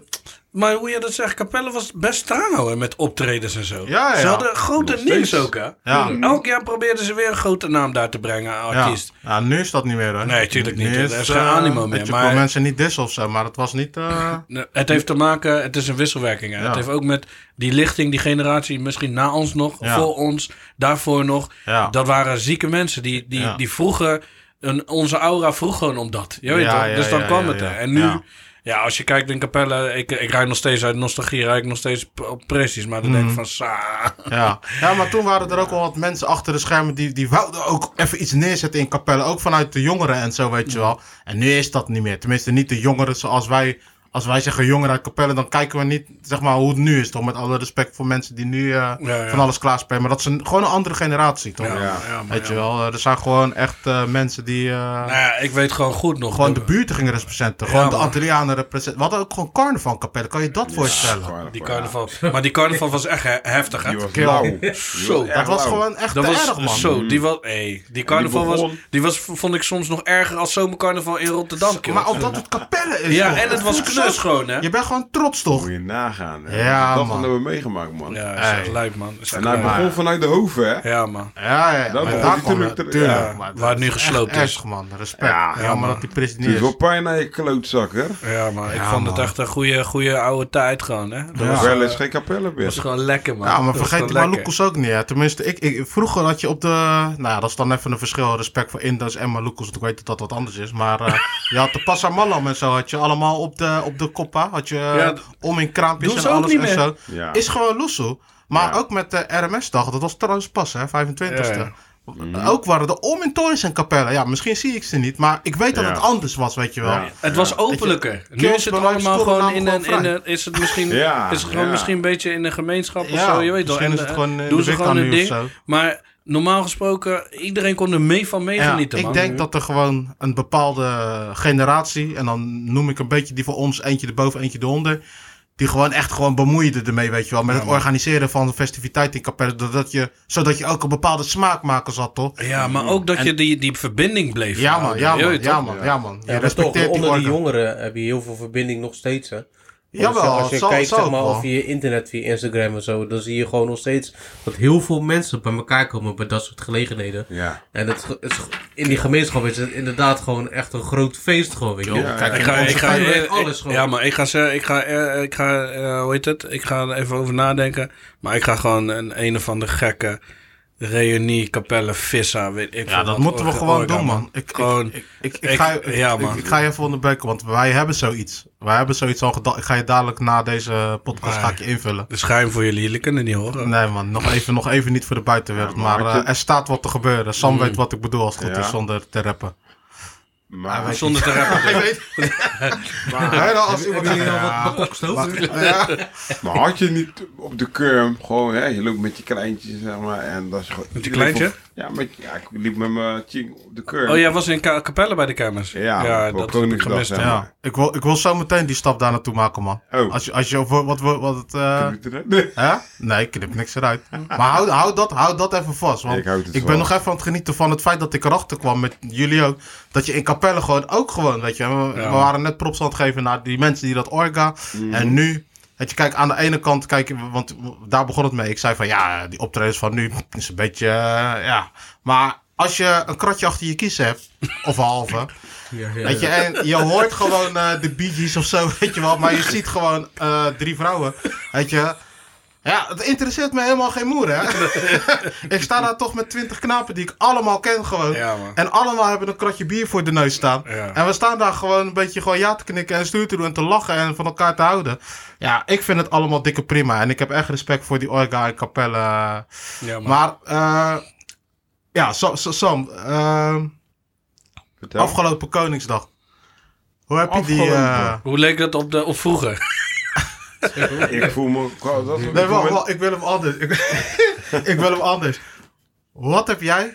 maar hoe je dat zegt, Capelle was best streng hoor, met optredens en zo.
Ja, ja.
Ze hadden grote nieuws ook, hè?
ja.
Elk jaar probeerden ze weer een grote naam daar te brengen,
Ja.
artiest.
ja, nu is dat niet meer, hè?
Nee, tuurlijk niet.
Nu
Er is geen
eh,
animo meer,
weet Je
maar-
kon mensen niet dissen of zo, maar het was
<laughs>
niet... eh,
Nee, Het heeft te maken, het is een wisselwerking. hè.
Ja.
Het heeft ook met die lichting, die generatie, misschien na ons nog,
Ja.
voor ons, daarvoor nog.
Ja.
Dat waren zieke mensen die, die,
Ja.
die vroegen, een, onze aura vroeg gewoon om dat. Je weet
Ja,
toch?
ja,
dus dan
ja,
kwam
ja,
het
ja.
er. En nu, ja.
Ja.
Ja, als je kijkt in Capelle, ik, ik rijd nog steeds uit nostalgie, rijd ik nog steeds p- op pressies. Maar dan
Mhm.
denk ik van, sa.
Ja. ja, maar toen waren er ook wel wat mensen achter de schermen die, die wouden ook even iets neerzetten in Capelle. Ook vanuit de jongeren en zo, weet je wel. En nu is dat niet meer. Tenminste, niet de jongeren zoals wij. Als wij zeggen jongeren uit Capelle, dan kijken we niet zeg maar, hoe het nu is. Toch? Met alle respect voor mensen die nu eh,
ja.
van alles klaarspelen. Maar dat is een, gewoon een andere generatie, toch?
Ja, ja, maar
Weet je
ja.
wel, eh, er zijn gewoon echt eh, mensen die eh,
Nou ja, ik weet gewoon goed nog.
gewoon de buurten gingen representen. Gewoon de
man.
Antillianen representen. We hadden ook gewoon carnaval in Capelle. Kan je dat voorstellen?
Die carnaval. Maar die carnaval was echt he- heftig, hè?
Die was
Kill.
lauw.
Zo,
Dat was gewoon echt
Dat
te
was
erg, man.
zo. Die was, hey, die carnaval
Die begon-
was, die was, vond ik soms nog erger als zomercarnaval in Rotterdam. kerel.
Maar omdat het kapellen is.
ja,
joh.
en het was
Voelt zo-
knuschoon, hè?
Je bent gewoon trots, toch?
Moet je nagaan. Hè?
Ja,
dat
man.
hebben we meegemaakt, man.
Ja, is echt
Hey. nou,
lijp, man. Is echt
En hij
lijp.
begon vanuit de hoven, hè?
Ja, man.
Ja, ja.
Dat
maar
begon
daar
die
kwam
toen
het,
ik er-
tuurlijk.
ja,
maar dat
waar het nu
is echt
gesloopt is.
erg, man. Respect.
Ja,
Ja, maar dat die prijs
Het
niet
is wel
is.
pijn naar je klootzak, hè?
Ja, man. Ik
Ja,
vond
man.
het echt een goede, goede oude tijd gewoon, hè? Dat was,
Wel
eh,
is geen kapellen
was
meer.
gewoon lekker, man.
Ja, maar
Dat was
vergeet
gewoon
die
lekker.
Maloukos ook niet. Hè. Tenminste, ik, ik, vroeger had je op de... Nou ja, dat is dan even een verschil. Respect voor Indo's en Maloukos. Want ik weet dat dat wat anders is. Maar
<laughs>
eh, je had de Passamallam en zo. Had je allemaal op de, op de koppa. Had je
Ja,
eh, om in kraampjes
doen
en
ze ook
alles
niet
en
meer.
zo.
Ja.
Is gewoon loesoe. Maar
Ja.
ook met de RMS-dag. Dat was trouwens pas, hè. 25e.
Ja, ja.
Mhm.
Ook waren de om in torens en kapellen. Ja, misschien zie ik ze niet. Maar ik weet dat
Ja.
het anders was, weet je wel.
Ja.
Het was openlijker. Nu
Kerels
is het
blijven
allemaal
scoren
gewoon
namen
in een,
gewoon
in
vrij.
een- is het misschien,
Ja,
is het gewoon
ja.
misschien een beetje in een gemeenschap of
Ja,
zo, je weet wel.
misschien
En,
is het
eh,
gewoon in
doen
de
ze
wik
gewoon
aan
hun
nu
ding.
of zo.
Maar normaal gesproken, iedereen kon er mee van
Ja,
meegenieten,
ik
man.
denk dat er gewoon een bepaalde generatie, en dan noem ik een beetje die voor ons, eentje erboven, eentje eronder, die gewoon echt gewoon bemoeide ermee, weet je wel. Met het organiseren van festiviteit in Capelle, doordat je, zodat je ook een bepaalde smaakmakers had, toch?
Ja, maar ook dat je die, die verbinding bleef
Ja man,
houden,
ja
je
man,
weet
ja
toch?
man, ja man. Je
Ja, maar toch,
respecteert die
onder die
orde.
jongeren heb je heel veel verbinding nog steeds, hè? Want
Jawel,
als je- als je
zo-
kijkt
zo
zeg
ook
maar,
wel.
of via internet, via Instagram en zo, dan zie je gewoon nog steeds dat heel veel mensen bij elkaar komen bij dat soort gelegenheden.
Ja.
En het, ge- het ge- in die gemeenschap is het inderdaad gewoon echt een groot feest, gewoon, weet je wel. Kijk,
Ik ga, ik ga,
tijd werkt
ik-
alles gewoon.
ja, maar ik ga, ze- ik ga, eh, ik ga eh, hoe heet het? Ik ga er even over nadenken. Maar ik ga gewoon een een of andere gekke reunie, kapelle, vissa, weet ik
Ja,
veel
dat
wat,
moeten we
orga-
gewoon
orga,
doen, man. Ik,
Gewoon,
ik, ik, ik,
ik-
ga, ik,
ja,
ik-
man.
ik ga je even onderbreken, want wij hebben zoiets. Wij hebben zoiets al gedaan. Ik ga je dadelijk na deze podcast ga ik je invullen.
de schuim voor jullie, jullie kunnen niet horen.
<laughs> Nee man, nog even, nog even niet voor de buitenwereld.
Ja, maar
maar eh,
het-
er staat wat te gebeuren. Sam weet wat ik bedoel als het goed
Ja.
is, zonder te rappen.
Maar
Zonder te rappen.
<laughs> Hij weet. maar,
<laughs>
als iemand...
Hebben jullie al wat bakkoks
Maar had je niet op de curm gewoon, hè, je loopt met je kleintje, zeg maar, en dat is gewoon...
Met je kleintje?
Ja, met, ja, ik liep met mijn ching op de curm.
Oh, jij was in Ka- Capelle bij de kermis?
Ja, op
dat heb ik
Koningsdag,
gemist.
ja.
hè.
Ja, ik wil, ik wil zo meteen die stap daar naartoe maken, man.
Oh.
Als je, als je over wat, wat, wat het... eh,
Nee.
Hè? Nee, ik knip niks eruit. Maar hou, hou, dat, hou dat even vast. Want
Ik
ik,
houd het
ben
vast.
nog even aan het genieten van het feit dat ik erachter kwam met jullie ook. Dat je in Capelle gewoon ook gewoon, weet je. We, we
man.
waren net props aan het geven naar die mensen die dat orga.
Mm.
En nu, weet je, kijk, aan de ene kant, kijk, want daar begon het mee. Ik zei van, ja, die optredens van nu is een beetje, eh, ja. Maar als je een kratje achter je kies hebt, of een
<laughs>
halve...
Ja, ja,
Weet je, en je hoort gewoon eh, de Bee Gees of zo, <laughs> weet je wel. Maar je ziet gewoon eh, drie vrouwen, weet je. Ja, het interesseert me helemaal geen moer, hè. <laughs> ik sta daar toch met twintig knapen die ik allemaal ken gewoon.
Ja, man.
en allemaal hebben een kratje bier voor de neus staan.
Ja.
En we staan daar gewoon een beetje gewoon ja te knikken en stuur te doen en te lachen en van elkaar te houden. Ja, ik vind het allemaal dikke prima. En ik heb echt respect voor die Orga en Capelle.
Ja, maar,
Maar, eh, ja, Sam, Sam ehm,
Vertel.
Afgelopen Koningsdag. Hoe heb je die...
Afgelopen.
eh,
hoe leek dat op, de, op vroeger?
Ik voel me... God, dat is
Nee, wacht, wacht, ik wil hem anders. Ik, ik wil <laughs> hem anders. Wat heb jij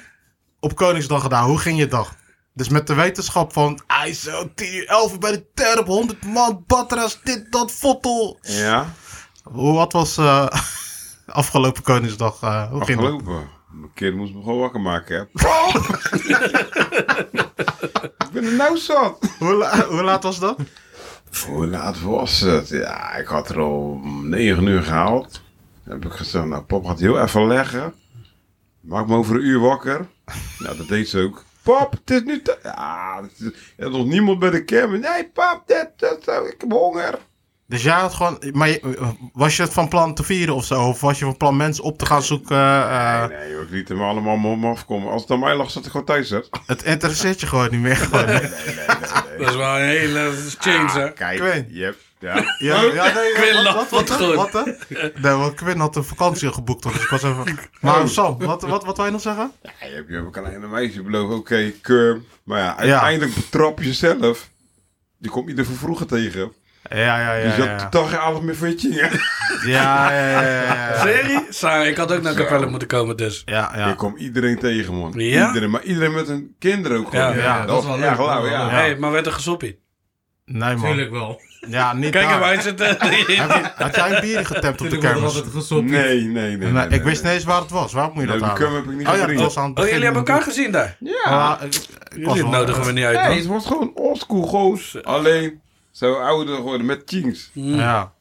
op Koningsdag gedaan? Hoe ging je dag? Dus met de wetenschap van ISO 10 uur 11 bij de terp, 100 man, batras, dit, dat, fotel.
Ja,
Hoe Wat was eh, <laughs> afgelopen Koningsdag? eh, hoe ging dat?
afgelopen. Mijn kind moest me gewoon wakker maken, hè. ik ben er nou zat.
Hoe, la- hoe laat was dat?
Hoe laat was het? Ja, ik had er om 9 uur gehaald. Dan heb ik gezegd, nou, pap gaat heel even leggen. Maak me over een uur wakker. <laughs> Nou, dat deed ze ook. Pap, het is nu... te- Ja, het is- er is nog niemand bij de kermis. Nee, pap, dit, dat, zo, ik heb honger.
Dus jij had gewoon. Maar je- was je het van plan te vieren of zo? Of was je van plan mensen op te gaan zoeken? eh,
Nee, nee, joh, ik liet hem allemaal om me afkomen. Als het aan mij lag, zat ik gewoon thuis, hè?
Het interesseert je gewoon niet meer. Gewoon.
<laughs>
Dat is wel een hele change, hè?
Ah, kijk,
Quinn.
je hebt- ja.
Ja, ja, nee,
Quinn
wat-
lacht
wat- wat-
wat goed.
Wat, hè? Nee, want Quinn had een vakantie geboekt. toch? Dus ik
<laughs>
was even...
Oh.
Maar Sam, wat, wat, wat wil je nog zeggen?
Ja, je hebt je hebt een kleine meisje beloofd, oké, keur. Maar ja, uiteindelijk betrap je jezelf. Je komt je er van vroeger tegen.
Ja, ja,
Je
ja.
zat de
Ja,
dag in alles meer voor je tjingen.
ja, ja. ja, ja.
Serie? Saai, ik had ook naar Capelle moeten komen, dus.
Ja,
Je
ja.
komt iedereen tegen, man.
Ja?
Iedereen, maar iedereen met een kinderen ook
Ja,
gewoon.
ja,
dat
is wel
echt
leuk,
lauw,
dat is wel
ja.
leuk.
hey, maar werd er gesoppie.
Nee, man.
Tuurlijk wel.
Ja, niet
Kijk, en
daar.
wij
<laughs>
zitten...
Heb je- Had jij een bier getemd op de
Tuurlijk wordt er
kermis?
altijd gesopt.
Nee, nee, nee.
Nee,
nee,
Nou, ik wist niet
nee.
eens waar het was. Waarom moet je
Nee,
dat
die
halen?
cum heb ik niet
oh ja, dat
gedronken.
was aan
Oh,
het begin.
jullie hebben elkaar gezien daar?
Ja.
Ah, ik- ik was
Jullie
wel-
nodigen we niet uit,
Nee,
man.
het was gewoon oldschool goos. Alleen, zo ouder geworden met jeans.
Ja.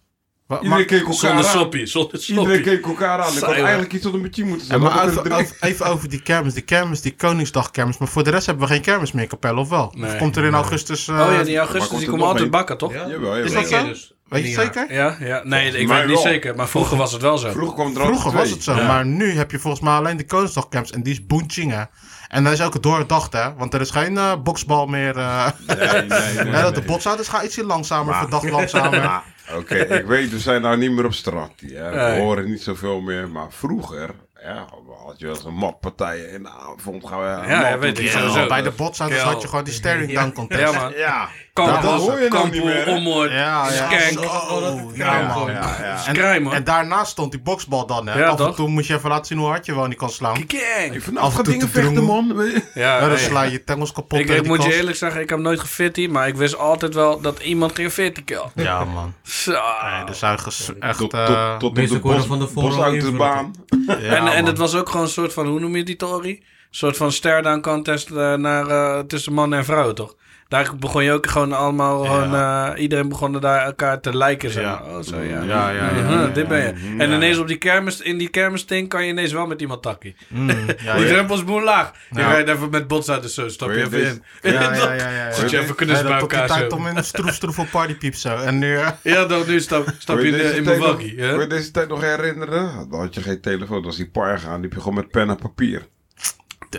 Wa-
Iedereen keek
Zonder
elkaar aan.
soppie, zonder
Iedereen
soppie.
keek elkaar aan. Ik had
Saai, hoor.
eigenlijk iets op de machine moeten
Ja,
zetten.
maar
Had ik
over-
kunnen drinken.
over- even over die kermis. Die kermis, die Koningsdagkermis. Maar voor de rest hebben we geen kermis meer, Capelle, of wel?
Nee.
Of komt er in augustus... eh,
Oh ja, die
maar
augustus, die
komt er
komen
nog
altijd
een?
bakken, toch?
Ja?
Jawel,
Is
jawel.
dat
Twee
zo?
keer dus.
Weet je
Ja.
het zeker?
Ja, ja. Nee, ik weet
mij
het niet
wel.
zeker, maar vroeger was het wel zo.
Vroeger kwam er altijd
Vroeger
twee.
was het zo, maar nu heb je volgens mij alleen de Koningsdagcamps en die is Boenchingen. En dat is ook door dag, hè? Want er is geen eh, boksbal meer. eh <laughs>
Nee, nee, nee.
hè, dat
nee.
de botsauto's gaan ietsje langzamer, verdacht langzamer.
<laughs>
Maar, Oké, ik weet, we zijn nou niet meer op straat. Ja. We
Nee.
horen niet zoveel meer. Maar vroeger ja, had je wel eens een mappartijen in de avond. Gaan we
Ja,
map
ja, weet
doen.
ik.
Ja,
Sowieso.
Bij de botsauto's
Kel.
had je gewoon die staring down contest.
Ja, man.
Ja,
dat
hoor
Kampen,
je nou niet meer,
kampen,
hè?
onmoord,
Ja, ja.
skank.
Oh, oh, ja,
Ja,
man.
gewoon.
ja, ja.
En,
Kraai, man.
en daarnaast stond die boksbal dan, hè?
Ja,
Af en
toch?
toe moest je even laten zien hoe hard je wel niet kan slaan.
Ik
Gang!
Af en
vanaf gaat
toe
dingen
te
vechten,
doen.
man. weet je.
Ja,
Ja, dan
hey.
sla je je tengels kapot
Ik,
tegen
ik
die
moet je
kast.
eerlijk zeggen, ik heb nooit gefitty, maar ik wist altijd wel dat iemand ging fitty kill.
Ja, man.
Zo.
Nee, er zijn ges-
Ah.
echt...
Tot,
eh,
tot, tot op
mensen
de
worden
bos,
van
van
de
de
vooral
bosuiterbaan.
ja,
en, en
man.
het was ook gewoon een soort van, hoe noem je die Tori? Een soort van stare-down contest eh, naar, eh, tussen mannen en vrouwen, toch? Daar begon je ook gewoon allemaal, gewoon, eh, iedereen begon er daar elkaar te lijken. Zo.
Ja.
Oh, zo ja.
Ja, ja,
<laughs>
ja.
Aha, dit ben je. En ineens op die kermis, in die kermisting kan je ineens wel met iemand takkie.
Mm, ja,
die
ja.
drempel is boerlaag. Je
Ja.
rijdt even met bots uit de zo, stap je
Hoor je
even in. <laughs>
dit?
Ja, ja, ja, ja, ja.
Zit je even knus
Nee,
bij
dat tot die
elkaar zo.
tijd om in een stroef stroef op partypiep zo. En nu... eh,
Ja, dan nu stap, stap je
Kun
in,
deze
de- in mijn
tijd nog-
waggie.
kun
hè?
je deze tijd nog herinneren? Dan had je geen telefoon. Dan was die paar gaan, liep je gewoon met pen en papier.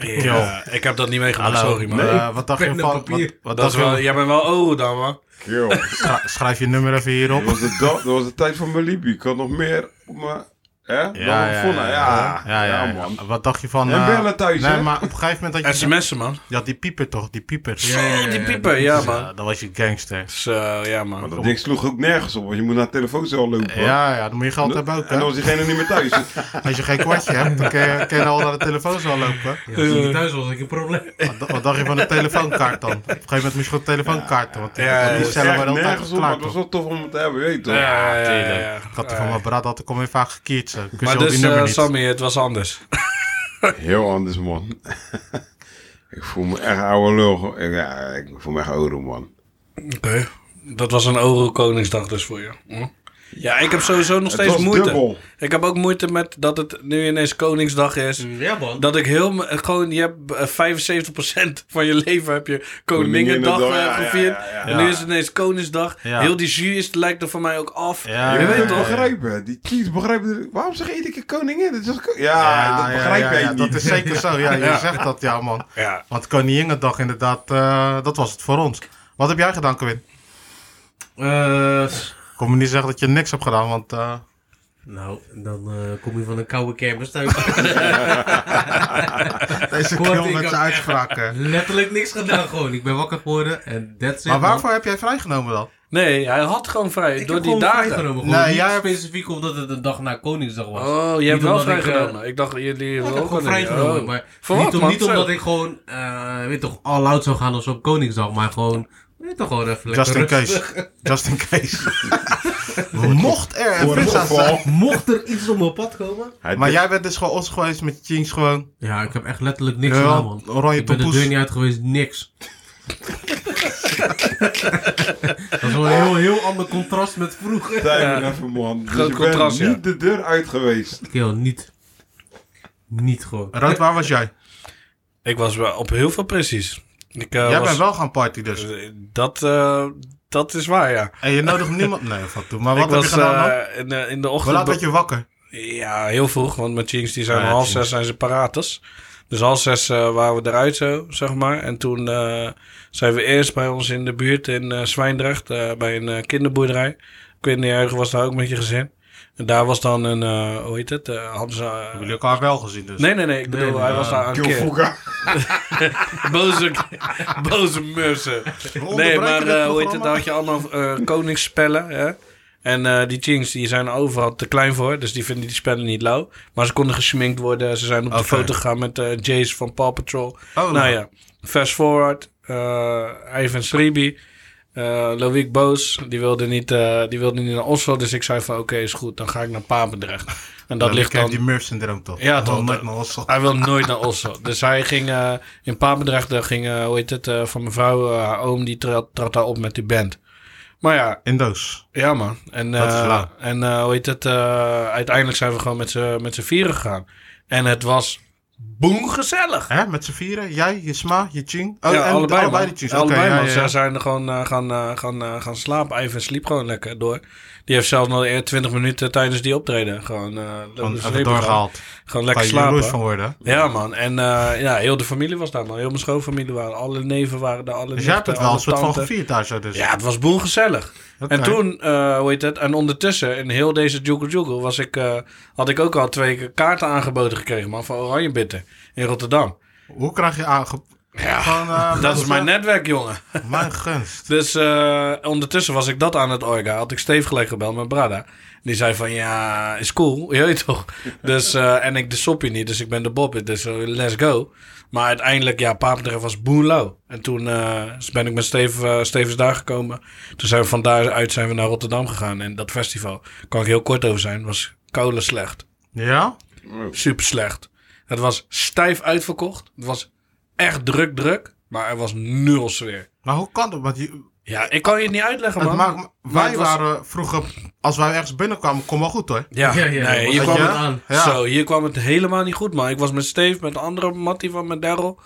Yo.
Ja, ik heb dat niet meegemaakt,
Hallo,
sorry man.
eh, wat dacht je
Pen en
van...
papier.
Wat, wat
Dat is
dacht
wel,
je-
jij bent wel Oru dan, man.
Yo, dat
Schra- Schrijf je nummer even hierop.
was de, dat, dat was de tijd van Malibu. Ik had nog meer op mijn... Hè? Ja, ja, ja, nou, ja,
ja, ja, ja.
man.
Wat dacht je van...
En
eh,
bellen thuis,
Nee,
hè?
maar op een gegeven moment had je...
SMS'en, man.
Ja, die pieper toch, die pieper.
Oh, die pieper, ja,
Dus, eh,
man.
dan was je gangster.
Zo, ja, man.
Dat ding sloeg ook nergens op, want je moet naar de telefooncel lopen.
Ja, ja, dan moet je geld hebben ook,
En dan
hè.
was diegene niet meer
<laughs>
thuis.
Als je geen kwartje hebt, dan kun je, kun je al naar de telefoon zo lopen.
Ja, als je
Eh.
niet thuis was, had ik een
<laughs>
probleem.
Wat, d- wat dacht je van een telefoonkaart dan? Op een gegeven moment moest je gewoon telefoonkaarten. Want die,
Ja, ja,
want die
ja,
cellen
Echt
waren
nergens
altijd
op, maar
klaar.
het was
toch?
wel tof om het te hebben, weet je toch?
Ja, ja, ja, ja.
Ik had er van mijn braad altijd kom weer vaak gekeerd. Zo. Ik wist
Maar
al die
dus,
nummer
eh,
niet.
Sammy, het was anders.
Heel anders, man. <laughs> ik voel me echt oude lul. Ja, ik voel me echt oude man.
Oké. Dat was een Oru Koningsdag dus voor je. Hm? Ja, ik heb sowieso nog steeds
was
moeite.
dubbel.
Ik heb ook moeite met dat het nu ineens Koningsdag is.
Mm.
Ja, man.
Dat ik heel... me- Gewoon, je hebt eh, 75% van je leven heb je Koninginnedag
Koninginnedag,
eh,
ja, ja,
gevierd.
ja, ja.
En nu is het ineens Koningsdag.
Ja.
Heel die jury is- lijkt er voor mij ook af.
Ja,
je
je
moet
weet
het
toch?
begrijpen. Die kies begrijpen. Waarom zeg je iedere keer koningin? Dat is ko- ja,
Ah, Ja,
dat
ja,
begrijp
ja,
jij
ja,
niet.
Dat is zeker zo. Ja, je
Ja.
zegt dat, ja, man.
Ja.
Want Koninginnedag inderdaad, eh, dat was het voor ons. Wat heb jij gedaan, Quinn?
Eh,
Kom me niet zeggen dat je niks hebt gedaan,
<laughs>
want... eh,
nou, dan eh, kom je van een koude kermis thuis.
<laughs>
Deze
Hoort
kill
ik
met
ook echt.
zijn
<laughs>
uitspraken.
Letterlijk niks gedaan gewoon. Ik ben wakker geworden en that's it.
Maar
man.
waarvoor heb jij vrijgenomen dan?
Nee, hij had gewoon vrij.
Ik
door
heb
die
gewoon
dagen.
vrijgenomen.
Nee,
Gewoon niet
Nou, jij hebt-
specifiek omdat het een dag na Koningsdag was.
Oh, je hebt
Niet
wel
omdat ik, eh,
vrijgenomen. Ik, dacht, jullie
Ja, ik
hebben
heb
ook
gewoon
wel een-
vrijgenomen.
oh.
Maar
Voor
niet,
wat,
om-
man?
niet omdat
Zo.
ik gewoon, eh, weet toch, all out zou gaan of zo op Koningsdag. Maar gewoon, weet toch, gewoon even lekker
Just in
rustig.
case. Just in
<laughs>
case. Mocht er een
Voor
vis aan
geval.
zijn.
Mocht er iets op mijn pad komen?
Hij
Maar
denkt-
jij bent dus gewoon ons geweest met Jinx gewoon.
Ja, ik heb echt letterlijk niks
Ja, Oh,
gedaan, man.
oranje
ik ben de
tompoes.
deur niet uit geweest,
<laughs>
niks. dat is wel een heel, heel ander contrast met vroeger.
Tijd maar even, man. Dus
Groot
je
contrast,
bent
ja.
niet de deur uit geweest.
Kill, niet. Niet gewoon.
Rood, waar was jij?
Ik was wel op heel veel precies. Ik, eh,
jij
was-
bent wel gaan party dus.
Dat, eh, dat is waar, ja.
En je
<laughs>
nodigt niemand. Nee, wat toe. Maar wat
ik
heb je
was
gedaan dan?
eh, in, de, in de
Hoe
ochtend...
laat werd je wakker?
Ja, heel vroeg, want mijn jeans die zijn
Ja,
om half
tuurlijk.
zes zijn ze paratus. Dus half zes eh, waren we eruit zo, zeg maar. En toen eh, zijn we eerst bij ons in de buurt in eh Zwijndrecht, eh, bij een eh, kinderboerderij. Ik weet niet, Jurgen was daar ook met je gezin. En daar was dan een, eh, hoe heet het, eh, hadden ze... eh,
Hebben jullie elkaar wel gezien dus?
Nee, nee, nee, ik bedoel,
nee,
hij
eh,
was daar aan
Kill
keer.
Fuga.
<laughs> Boze, <laughs> boze mursen. Nee, maar
onderbreken dit
eh, hoe heet het?
programma.
Daar had je allemaal eh koningsspellen. Hè? En eh, die jeans die zijn overal te klein voor. Dus die vinden die spellen niet lauw. Maar ze konden gesminkt worden. Ze zijn op
Oké.
de foto gegaan met eh Jace van Paw Patrol.
Oh,
nou ja, Fast Forward. eh, Ivan Sribi. eh Loïc Boos. Die wilde, niet, eh, die wilde niet naar Oslo. Dus ik zei van oké, is goed. Dan ga ik naar Papendrecht. En dat
Dan
ligt
krijg
dan...
je die Murph-syndroom toch?
Ja, toch,
Wel Nooit
dat-
meer los.
Hij wil nooit naar Oslo. Dus hij ging eh, in Papendrecht, daar ging, eh, hoe heet het, eh, van mevrouw, eh, haar oom, die trad, trad daar op met die band. Maar ja,
In doos.
ja man. En,
Dat is
eh,
lauw.
en eh, hoe heet het, eh, uiteindelijk zijn we gewoon met z'n met z'n vieren gegaan. En het was boem gezellig.
Hè, met z'n vieren? Jij, je sma, je ching? Oh,
ja,
en
allebei,
allebei
man.
die chings.
allebei,
Oké, ja,
man.
ja,
Zij
ja.
zijn er gewoon eh, gaan, eh, gaan, eh, gaan slapen. Ivan sliep gewoon lekker door. Die heeft zelfs nog eer 20 minuten tijdens die optreden gewoon, eh,
Gewoon
lopen
even
slepen gehad.
doorgehaald.
Gewoon
Kan
lekker
je
slapen.
jaloers van worden.
Ja, man. En eh, ja, heel de familie was daar, man. Heel mijn schoonfamilie waren. Alle neven waren daar. Alle
Dus jij hebt
nichten,
het wel
alle
een soort van
tanten.
gevierd daar zo dus.
Ja, het was boel gezellig.
Oké.
En toen, eh, hoe heet het? En ondertussen, in heel deze Joekel Joekel, was ik, eh, had ik ook al twee keer kaarten aangeboden gekregen, man, van Oranje Bitten in Rotterdam.
Hoe krijg je aange...
<laughs>
Gewoon, eh,
Dat is mijn
mensen?
netwerk, jongen.
Mijn gunst.
Dus eh, ondertussen was ik dat aan het orga. Had ik Steve gelijk gebeld met Brada. Die zei van, ja, is cool. <laughs> Je weet toch? Dus, eh, en ik de soppie niet, dus ik ben de bob. Dus eh, let's go. Maar uiteindelijk, ja, Papendrecht was boenlauw. En toen eh, ben ik met Steve, eh, Stevens daar gekomen. Toen zijn we van daaruit zijn we naar Rotterdam gegaan. En dat festival, kan ik heel kort over zijn, was kolen slecht.
Ja?
Super slecht. Het was stijf uitverkocht. Het was echt druk, druk. Maar er was nul sfeer.
Maar hoe kan dat? Want je,
Ja, ik kan je het niet uitleggen,
het
man.
maakt, me- wij
het was-
waren vroeger, als wij ergens binnenkwamen, kom maar goed hoor.
Ja,
Ja, ja,
nee,
dat
hier
was
kwam
het,
het
ja.
aan.
Ja.
Zo, hier kwam het helemaal niet goed, man. Ik was met Steve, met de andere Mattie van mijn Daryl.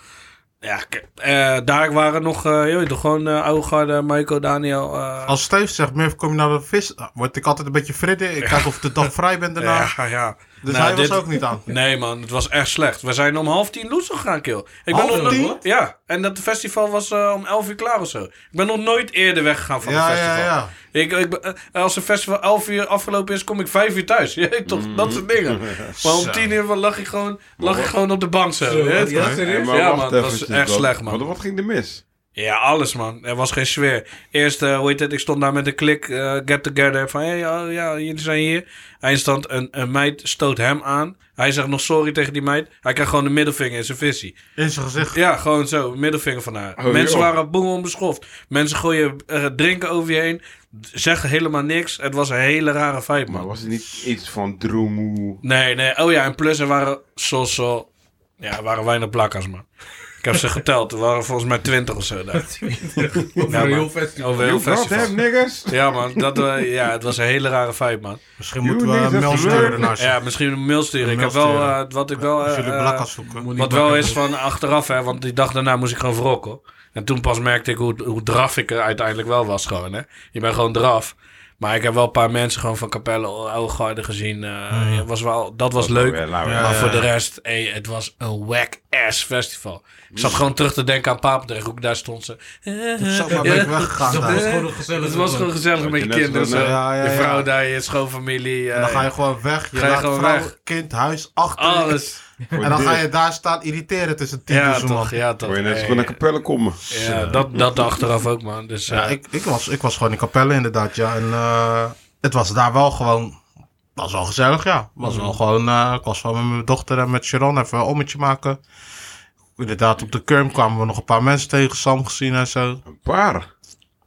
Ja, ik- eh, daar waren nog, eh joh, toch gewoon eh oude garde, Michael, Daniel. eh,
Als Steve zegt, Murph, kom je naar de vis? Ah, Word ik altijd een beetje fridden. Ik kijk of de dag vrij ben daarna.
ja, ja.
Dus
Nou,
hij
dit-
was ook niet aan.
Nee, man, het was echt slecht. We zijn om half tien loes gegaan, kill. Ik
Half
ben nog
tien?
nooit- Ja, en dat festival was eh, om elf uur klaar of zo. Ik ben nog nooit eerder weggegaan van
Ja,
het
ja,
festival.
ja.
Ik, ik, ben- eh, als een festival 11 uur afgelopen is, kom ik 5 uur thuis. <laughs> Je weet toch,
Mm.
dat soort
<laughs>
dingen. Maar om
Zo.
10 uur lag ik gewoon, lag ik gewoon op de bank zo.
Zo,
je weet
wat-
toch?
ja, serieus?
maar Ja, wacht man, dat was
eventjes,
echt
wat-
slecht, man.
Wat, wat ging er mis?
Ja, alles man. Er was geen sfeer. Eerst, eh hoe heet het, ik stond daar met een klik, eh, get together, van hey, oh, ja, jullie zijn hier. Eindstand, een, een meid stoot hem aan. Hij zegt nog sorry tegen die meid. Hij krijgt gewoon de middelvinger in zijn visie.
In zijn gezicht.
Ja, gewoon zo, middelvinger van haar.
Oh,
Mensen
joh.
waren boem onbeschoft. Mensen gooien eh, drinken over je heen, zeggen helemaal niks. Het was een hele rare vibe, man.
Maar was het niet iets van droemoe?
Nee, nee. Oh ja, en plus er waren zoals zo. Ja, er waren weinig plakkers, man. Ik heb
<laughs>
ze geteld. Er waren volgens mij twintig of zo daar.
<laughs> Over een
maar-
heel festival.
Oh,
Over heel
You got
festival.
them niggas?
Ja, man. Dat, eh, ja, het was een hele rare vibe, man.
Misschien
You
moeten we
need
een
to
mail
learn.
sturen naar ze.
Ja, misschien een mail sturen.
Een
Ik
mail
heb wel
sturen.
eh, wat ik wel.
Als
eh,
jullie
eh,
blakken zoeken.
wat wel is van achteraf, hè, want die dag daarna moest ik gewoon wrokken. En toen pas merkte ik hoe, hoe draf ik er uiteindelijk wel was, gewoon. Hè. Je bent gewoon draf. Maar ik heb wel een paar mensen gewoon van Capelle Oude Garde gezien. eh,
Mm.
ja, was wel, dat was leuk.
Ja, nou,
Ja.
Maar voor de rest, hey, het was een whack-ass festival. Ik zat gewoon terug te denken aan Papendrecht, hoe ik daar stond. Ze,
Dat zou maar een
<laughs>
beetje weggegaan
Dat
zijn.
was gewoon een gezellig
het was gewoon
moment.
gezellig
Dat
met
je
je
net
kinderen.
zo-
zo.
Ja, ja,
je
ja.
vrouw daar, je schoonfamilie.
En dan
eh,
ga je gewoon weg. Je
Ga je
laat
gewoon
vrouw,
weg.
kind, huis achter. je.
alles.
En dan ga je daar staan irriteren tussen tien
Ja,
ja, man.
toch, ja, toch.
Kon je net zo
Hey,
goed naar Capelle komen?
ja, dat, dat achteraf ook, man. Dus,
Ja,
eh,
ik, ik, was, ik was gewoon in Capelle inderdaad, ja. En eh, het was daar wel gewoon... was wel gezellig, ja. Was wel gewoon... eh, ik was wel met mijn dochter en met Sharon even een ommetje maken. Inderdaad, op de Kerm kwamen we nog een paar mensen tegen. Sam gezien en zo.
Een paar.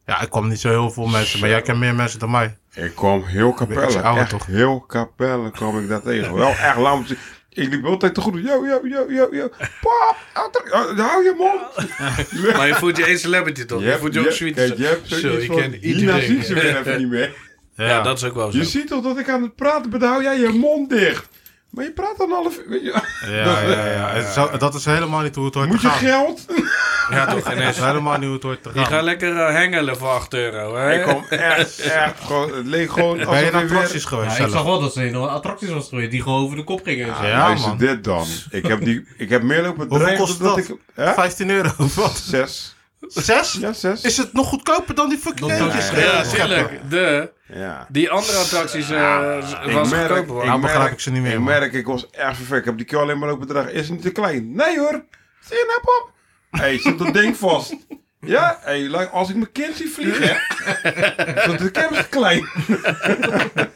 Ja, ik kwam niet zo heel veel mensen. Maar jij kent meer mensen dan mij.
Ik kwam heel
Beetje
Capelle.
ouder
Echt
toch?
heel Capelle kwam ik daar tegen. Wel echt lang. Ik liep altijd te goed. Yo, yo, yo, yo, yo. Pap, achter- hou je mond.
maar je voelt je één celebrity, toch? je voelt je ook zoiets. eh,
Kijk, je hebt
zo,
zoiets
je
van,
kent
Hierna zie ik
iedereen.
ze weer
<laughs>
even niet meer.
ja. dat is ook wel zo.
Je ziet toch dat ik aan het praten ben, dan hou jij je mond dicht. Maar je <laughs> praat dan half... Weet je,
Ja, ja, ja. En zo- dat is helemaal niet hoe het hoort
moet
te
je
gaan.
geld?
Ja, toch? En
Dat is helemaal niet hoe het hoort te
je gaat
gaan.
lekker eh, hengelen voor 8 euro. Hè?
Ik kwam echt, echt gewoon, het leek gewoon
Ben je
alsof
naar
hij
attracties
weer...
geweest
Ja, ik zag
zelf?
wel dat ze in een attracties was geweest die gewoon over de kop gingen. en zo.
Ja,
Ja, is
man.
dit dan? Ik heb, die, ik heb meer lopen
Hoeveel
dreigen
kost
dan
dat?
Ik, hè?
15 euro of wat?
Zes.
Zes?
Ja, zes.
Is het nog goedkoper dan die fucking
Dan
dingetjes?
dat-
Ja,
Scheppen.
tuurlijk. De,
Ja.
die andere attracties eh,
Ik
was
merk,
goedkoper. hoor.
Nou begrijp ik ze niet meer,
Ik
man.
merk, ik was echt vervelend. Ik heb die keer alleen maar lopen dragen. Is het niet te klein? Nee hoor. Zie je nou, pap? Hé, hey, zit dat ding vast? Ja, hey, like, als ik mijn kind zie <laughs> vliegen, dat de kind is klein.
En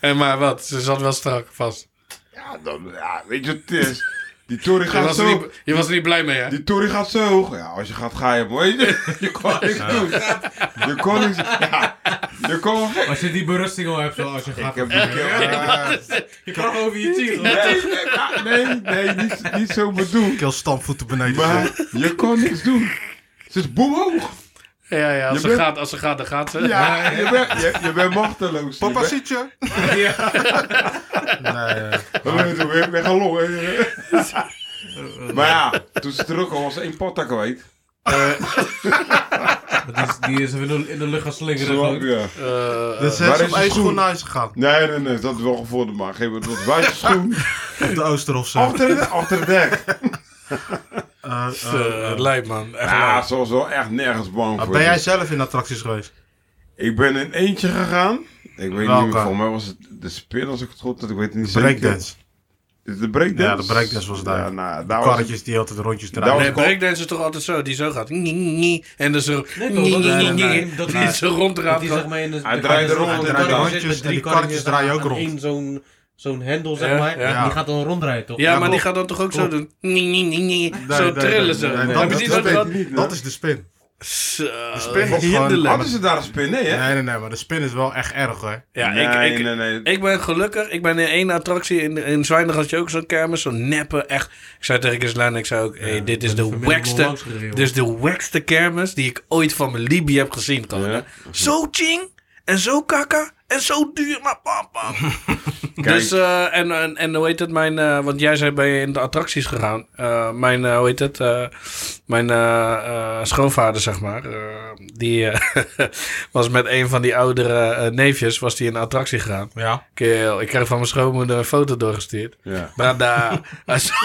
Eh, maar wat, ze zat wel strak vast.
Ja, dan, ja, weet je wat het is? Die toren
Je
gaat
was, er
zo,
niet, je was er niet blij mee, hè?
die toren gaat zo hoog. Ja, als je gaat, ga je, maar je, <laughs> je kon niks doen. Je kon niks, ja, je kon gek.
Als je die berusting al hebt, zo, als je
Ik
gaat.
heb die keer, ja.
Je kan over je tieren.
nee, nee, nee, niet, niet zo bedoeld.
Keel stampvoeten beneden. zo.
Maar je kon niks doen. Het is boemhoog.
Ja, ja, als
Je
ze
bent-
gaat, als ze gaat, dan gaat ze.
Ja, je bent, je, je bent machteloos.
Papa
je
ziet je. Nee, eh,
bent, je bent Oh, weer gaan longen. Maar ja, toen ze terugkwam was ze één patta kwijt.
Die is, die is even in de- in de lucht gaan slingeren.
Zo,
gewoon.
ja.
Eh,
dus
waar
ze
is
is
je
op één
schoen?
schoen naar huis gegaan.
Nee, nee, nee, dat is wel gevoelde maar. Geef me dat wijze
<laughs>
schoen.
Op de Oosterhof zo.
Achter de, achter de dek.
Eh,
eh, lijp, man. Echt
Ja,
lijp.
ze was wel echt nergens bang
Maar
voor.
ben jij zelf in attracties geweest?
Ik ben in eentje gegaan. Ik weet niet
Welke?
meer, volgens mij was het de spin als ik het goed had. Ik weet het niet
Breakdance.
zeker. De breakdance?
Ja, de breakdance was daar.
Ja, nou, daar was het-
Karretjes die altijd rondjes
Daar
draaien.
was-
Nee, breakdance is toch altijd zo, die zo gaat. Nie, nie, nie, En dan zo.
Nee,
nie,
toch, dat-
nie,
nee,
nie,
nee,
nie,
dat-
die zo
Dat die
ronddraait.
zeg maar in een-
Hij draait er rond,
Hij
hij
draait er
draait de
rond,
handjes
met
en
drie
die karretjes
karretjes
draaien
aan-
ook
aan
rond.
één zo'n zo'n hendel,
Ja,
zeg maar.
ja.
En die gaat dan ronddraaien, toch?
Ja, maar
klopt.
die gaat dan toch ook zo doen. Nie, nie, nie, nie,
Nee,
zo
nee, nee,
trillen
nee,
ze.
nee,
Heb
nee,
je
dat-
die
dat
dat-
weet
dat-
ik niet, Dat is de spin.
Zo,
spin is
hinderlijk.
gewoon-
Hadden ze daar een spin? Nee, hè?
Nee, nee, nee, maar de spin is wel echt erg, hè?
Ja,
nee,
ik, ik,
nee, nee.
Ik ben gelukkig. Ik ben in één attractie. In, in Zwijndrecht had je ook zo'n kermis. Zo'n neppe. Echt. Ik zei tegen Gislijn. Ik zei ook. hey, dit is de
vanmiddag nog
wackste.
langs gereden,
Dit is de wackste kermis. Die ik ooit van mijn Libië heb gezien. Gewoon, hè. Zo ching. En zo kakka. En zo duur. Maar pam pam. dus eh, en, en, en hoe heet het? Mijn, eh, want jij zei bij in de attracties gegaan. Eh, mijn eh, hoe heet het? eh, mijn eh, eh, schoonvader zeg maar. eh, die eh, <laughs> was met een van die oudere eh, neefjes. Was die in de attractie gegaan.
Ja.
Kerel, ik kreeg van mijn schoonmoeder een foto doorgestuurd.
Ja,
Brada, <laughs> hij, zat,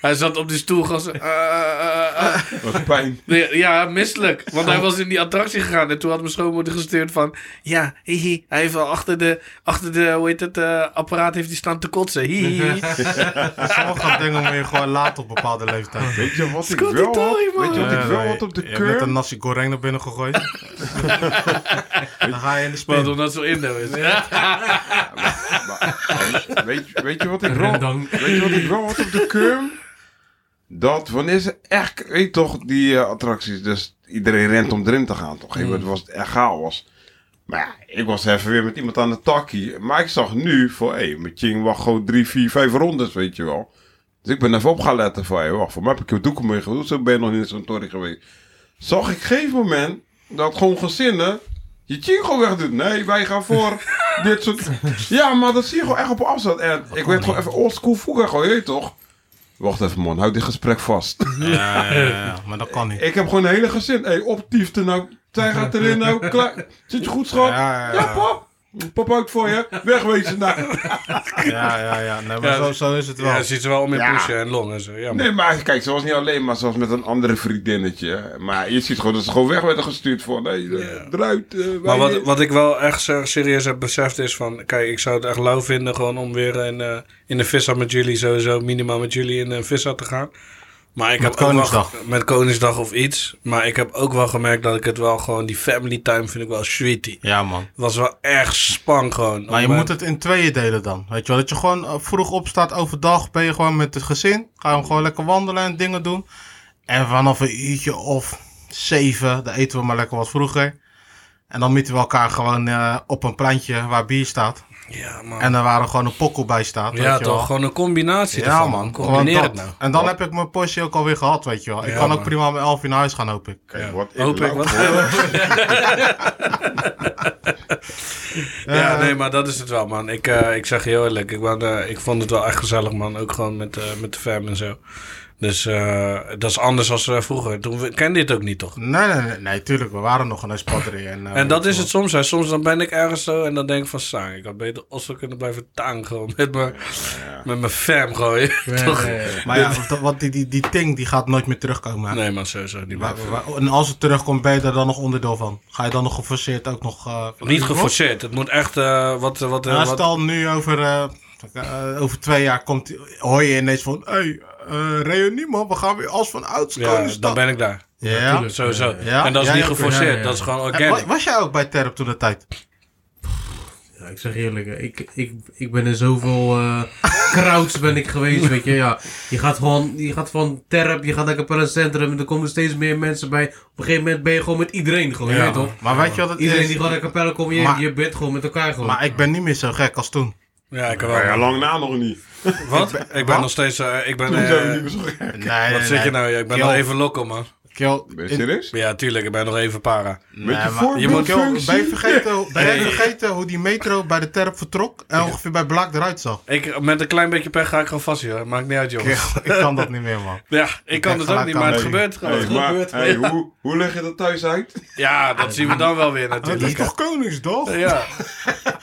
hij zat op die stoel. gewoon zo, eh, eh, eh, eh.
wat
<laughs>
pijn.
Nee, Ja, misselijk. Want hij was in die attractie gegaan. En toen had mijn schoonmoeder gestuurd van... Ja, hihi, hij heeft al achter de, achter de hoe heet het, eh, apparaat heeft hij staan te kotsen. <laughs> Hihi.
Sommige <laughs> dingen moet je gewoon laten op bepaalde leeftijd.
Weet je wat ik
Scotty
wel had?
Toy, man.
Weet je wat ik
Ja,
wel
nee,
had op de
Je hebt net een
keur?
nasi goreng naar binnen
<laughs>
gegooid. Dan ga je in de
Want
spin.
omdat zo indo is. Ja.
Maar, weet, je- weet je
<laughs>
wat ik wel
En dan-
Weet je wat ik wel had op de keur? Dat wanneer ze echt, weet je toch, die eh, attracties, dus iedereen rent om erin te gaan. Toch even, was het echt chaos. Maar ja, ik was even weer met iemand aan de takkie. Maar ik zag nu van, hé, mijn ching wacht gewoon drie, vier, vijf rondes, weet je wel. Dus ik ben even op gaan letten van, hé, wacht, voor mij heb ik je doeken mee gedoe, zo ben je nog niet in zo'n toren geweest. Zag ik op een gegeven moment dat gewoon gezinnen je ching gewoon wegdoet. Nee, wij gaan
<laughs>
voor dit soort... Ja, maar dat zie je gewoon echt op afstand. En ik werd gewoon even oldschool vroeger gewoon, je weet toch? Wacht even man, houd dit gesprek
<laughs>
vast.
Ja, ja, ja, maar dat
<laughs>
kan niet.
ik heb gewoon een hele gezin. Hé, hey, optiefte nou. Zij gaat erin nou. Klaar. Zit je goed, schat?
Ja, ja, ja.
Ja, pap. Pap ook voor je. Wegwezen nou.
<laughs> Ja, ja, ja. Nee, maar
Ja,
zo, zo is het wel.
Ja, ziet ze wel om in
Ja.
pushen en long en zo. Ja, maar-
Nee, maar kijk, ze was niet alleen, maar ze was met een andere vriendinnetje. Maar je ziet gewoon dat ze gewoon weg werden gestuurd voor. Nee, eh, eruit. eh, wij-
Maar wat, wat ik wel echt ser- serieus heb beseft is van... Kijk, ik zou het echt lauw vinden gewoon om weer in, eh in een vissa met jullie... Sowieso minimaal met jullie in een vissa te gaan. Maar ik
Met
heb ook wel-
Koningsdag.
met Koningsdag of iets. Maar ik heb ook wel gemerkt dat ik het wel gewoon... Die family time vind ik wel sweetie.
Ja, man.
Was wel echt spang gewoon.
Maar je
Om, eh,
moet het in tweeën delen dan. Weet je wel, dat je gewoon eh, vroeg opstaat overdag, ben je gewoon met het gezin. Ga je gewoon lekker wandelen en dingen doen. En vanaf een uurtje of zeven, dan eten we maar lekker wat vroeger. En dan mieten we elkaar gewoon eh, op een pleintje waar bier staat.
Ja, man.
En daar waar er gewoon een pokkel bij staat. weet
Oh. ja,
je
toch?
wel.
Gewoon een combinatie
Ja,
ervan.
man. Gewoon
Combineer het
dat.
nou.
En dan heb ik mijn portie ook alweer gehad, weet je wel. Ik
Ja,
kan ook
man.
prima om elf uur naar huis gaan, hoop ik.
Kijk, wat ik
Hoop ik
nou
wat.
voor-
<laughs> Ja, nee, maar dat is het wel, man. Ik, eh, ik zeg je heel eerlijk, ik, wou, eh, ik vond het wel echt gezellig, man. Ook gewoon met, eh, met de fam en zo. Dus eh, dat is anders dan eh, vroeger. Toen we- kende dit ook niet, toch?
Nee, nee, nee, nee, tuurlijk. We waren nog aan het spatteren. En, eh,
En dat is het soms. Hè. Soms dan ben ik ergens zo en dan denk ik van... Sang, ik had beter Oslo kunnen blijven taan gewoon. <laughs> Met mijn, met mijn fam gooien. toch?
Maar ja, <laughs> want- want die, die, die ting die gaat nooit meer terugkomen. hè?
Nee, maar sowieso niet
Wa-
meer.
wa- En als het terugkomt, ben je daar dan nog onderdeel van? Ga je dan nog geforceerd ook nog... eh,
Niet geforceerd. Het moet echt eh, wat... eh, wat, eh,
Nou,
wat-
stel nu over, eh, eh, over twee jaar komt, hoor je ineens van... Hey, eh reunie man, we gaan weer als van ouds
ja, dan
Koningsdag.
ben ik daar.
Ja.
Tuurlijk, sowieso.
Ja.
En dat is
Ja,
niet
ja,
geforceerd.
ja, ja.
Dat is gewoon
Eh, wa-
organic.
was jij ook bij Terp toen de tijd?
Ja, ik zeg eerlijk, hè, ik, ik, ik ben in zoveel eh crowds ben ik geweest, weet je. Ja, je gaat gewoon, je gaat van Terp, je gaat naar Capella Centrum, en er komen steeds meer mensen bij. Op een gegeven moment ben je gewoon met iedereen, gewoon, je weet toch?
Maar weet je wat het
Iedereen
is?
die gewoon naar Capella komt, je,
Maar-
je bent gewoon met elkaar gewoon.
Maar ik ben niet meer zo gek als toen.
Ja, ik
Ja,
wel.
lang na nog niet.
Wat? Ik ben,
wat?
nog steeds... eh, ik ben...
Toen zijn we
eh,
niet meer zo gek.
Nee, nee,
wat zeg je nou? Ja, ik ben
Kill.
nog even loco, man.
Kill,
Ben je
in-
serieus?
Ja, tuurlijk. Ik ben nog even para.
Met
Nee,
je
maar-
je moet-
voorbeeldfunctie?
Ben je vergeten, ben jij vergeten hoe die metro bij de Terp vertrok en ongeveer bij Blaak eruit zag?
Ik, met een klein beetje pech ga ik gewoon vast, joh. Maakt niet uit, jongens.
Ik kan dat niet meer, man.
Ja, ik kan het ook niet, maar het gebeurt gewoon.
Hey, maar hey, hoe, hoe leg je dat thuis uit?
Ja, dat zien we dan wel weer
Het is
natuurlijk.
toch Koningsdag?
Ja.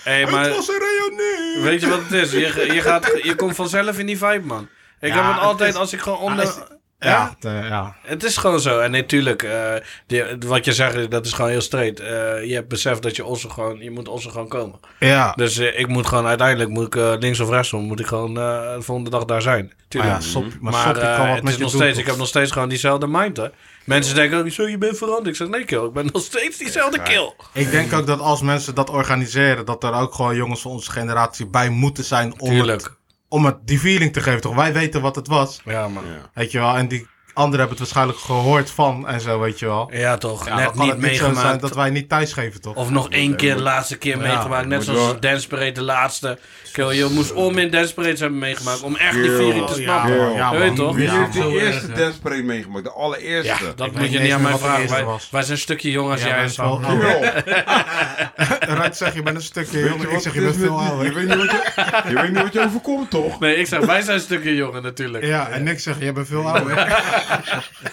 Hey, maar
Het was een reunie!
weet je wat het is? Je, je, gaat, je komt vanzelf in die vibe, man. Ik
Ja,
heb het
het
altijd
is-
als ik gewoon
Ah, is-
onder...
Ja, het, eh, ja.
Het is gewoon zo. En natuurlijk, eh, die- wat je zegt, dat is gewoon heel straight. Eh, je hebt besef dat je Osso gewoon... Je moet Osso gewoon komen.
Ja.
Dus eh, ik moet gewoon uiteindelijk, moet ik, eh, links of rechtsom, moet ik gewoon eh, de volgende dag daar zijn.
Maar
Tuurlijk.
Ah ja, Soppie, maar,
Maar
Soppie
eh,
kan wat
het
met
is
je
nog
doen,
steeds,
toch?
ik heb nog steeds gewoon diezelfde mind, hè. Mensen denken ook, zo, je bent veranderd. Ik zeg, nee, kill, ik ben nog steeds diezelfde kill.
Ik denk ook dat als mensen dat organiseren, dat er ook gewoon jongens van onze generatie bij moeten zijn om, het,
Tuurlijk.
om het die feeling te geven. Toch? Wij weten wat het was,
Ja, man.
weet je wel. En die anderen hebben het waarschijnlijk gehoord van en zo, weet je wel.
Ja, toch.
Ja, dan
net
kan
niet
het zo zijn
meegemaakt.
dat wij niet thuisgeven, toch?
Of nog één keer, de laatste keer meegemaakt. Net
moet
zoals
wel-
Dance Parade, de laatste. Kill, je moest om in Dance Parade hebben meegemaakt. Om echt die viering te
Oh, ja,
snappen.
man. Ja,
Weet je
man.
toch?
Wie
Ja,
heeft
man.
de
Zo erg,
eerste
hè?
dance meegemaakt? De allereerste.
Ja, dat
weet
moet
niet
je niet
eens
aan
meer
mij
wat de
vragen.
eerste
Wij,
was.
wij zijn een stukje jonger als
Ja,
jij
wij
en
zijn wel nou-
zo.
oud.
Girl,
Ruud zeg je bent een stukje
weet
jonger,
je
ik
wat
zeg
het
je
is
bent veel
met die- je
ouder.
weet niet wat je- Je weet niet wat je overkomt, toch?
Nee, ik zeg, wij zijn een stukje jonger natuurlijk.
Ja, en ik zeg je bent veel ouder.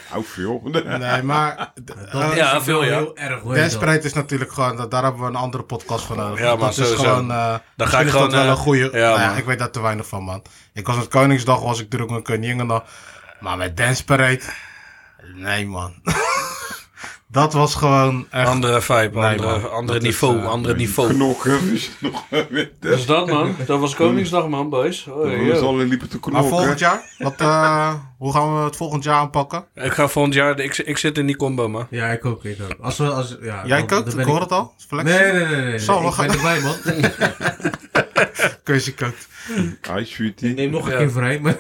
Hou veel.
Nee, maar... eh,
Ja,
Dat is wel
veel, ja.
heel erg hoor. je dat.
Desperate is natuurlijk gewoon, dat, daar hebben we een andere podcast van nodig.
Ja, maar
dat
sowieso.
is gewoon, eh
Dan
misschien
ga ik
is
gewoon,
dat wel
eh,
een goede.
ja,
nou ja,
man.
ik weet daar te weinig van, man. Ik was met Koningsdag, was ik druk met Koningendag. Maar met Dance Parade, nee, man. <laughs> dat was gewoon echt.
Andere vibe,
Nee,
andere,
man. eh,
andere niveau, andere niveau.
Knokken. <laughs> dus nog weer
Dus
dance.
dat man, dat was Koningsdag man, boys. Oh,
We
yo.
alle liepen te knokken.
maar volgend jaar, wat, eh, hoe gaan we het volgend jaar aanpakken?
Ik ga volgend jaar, ik, ik zit in die combo man.
Ja, ik ook, ik ook. Als we, als, ja,
Jij
dan- dan
kookt,
ben
ik hoor het al. Flex.
Nee, nee, nee. nee, nee.
Zo, we
ik
gaan-
ben erbij,
<laughs>
man.
Keuze kookt.
Hi, sweetie.
Neem nog een
Ja.
keer voorheen, maar...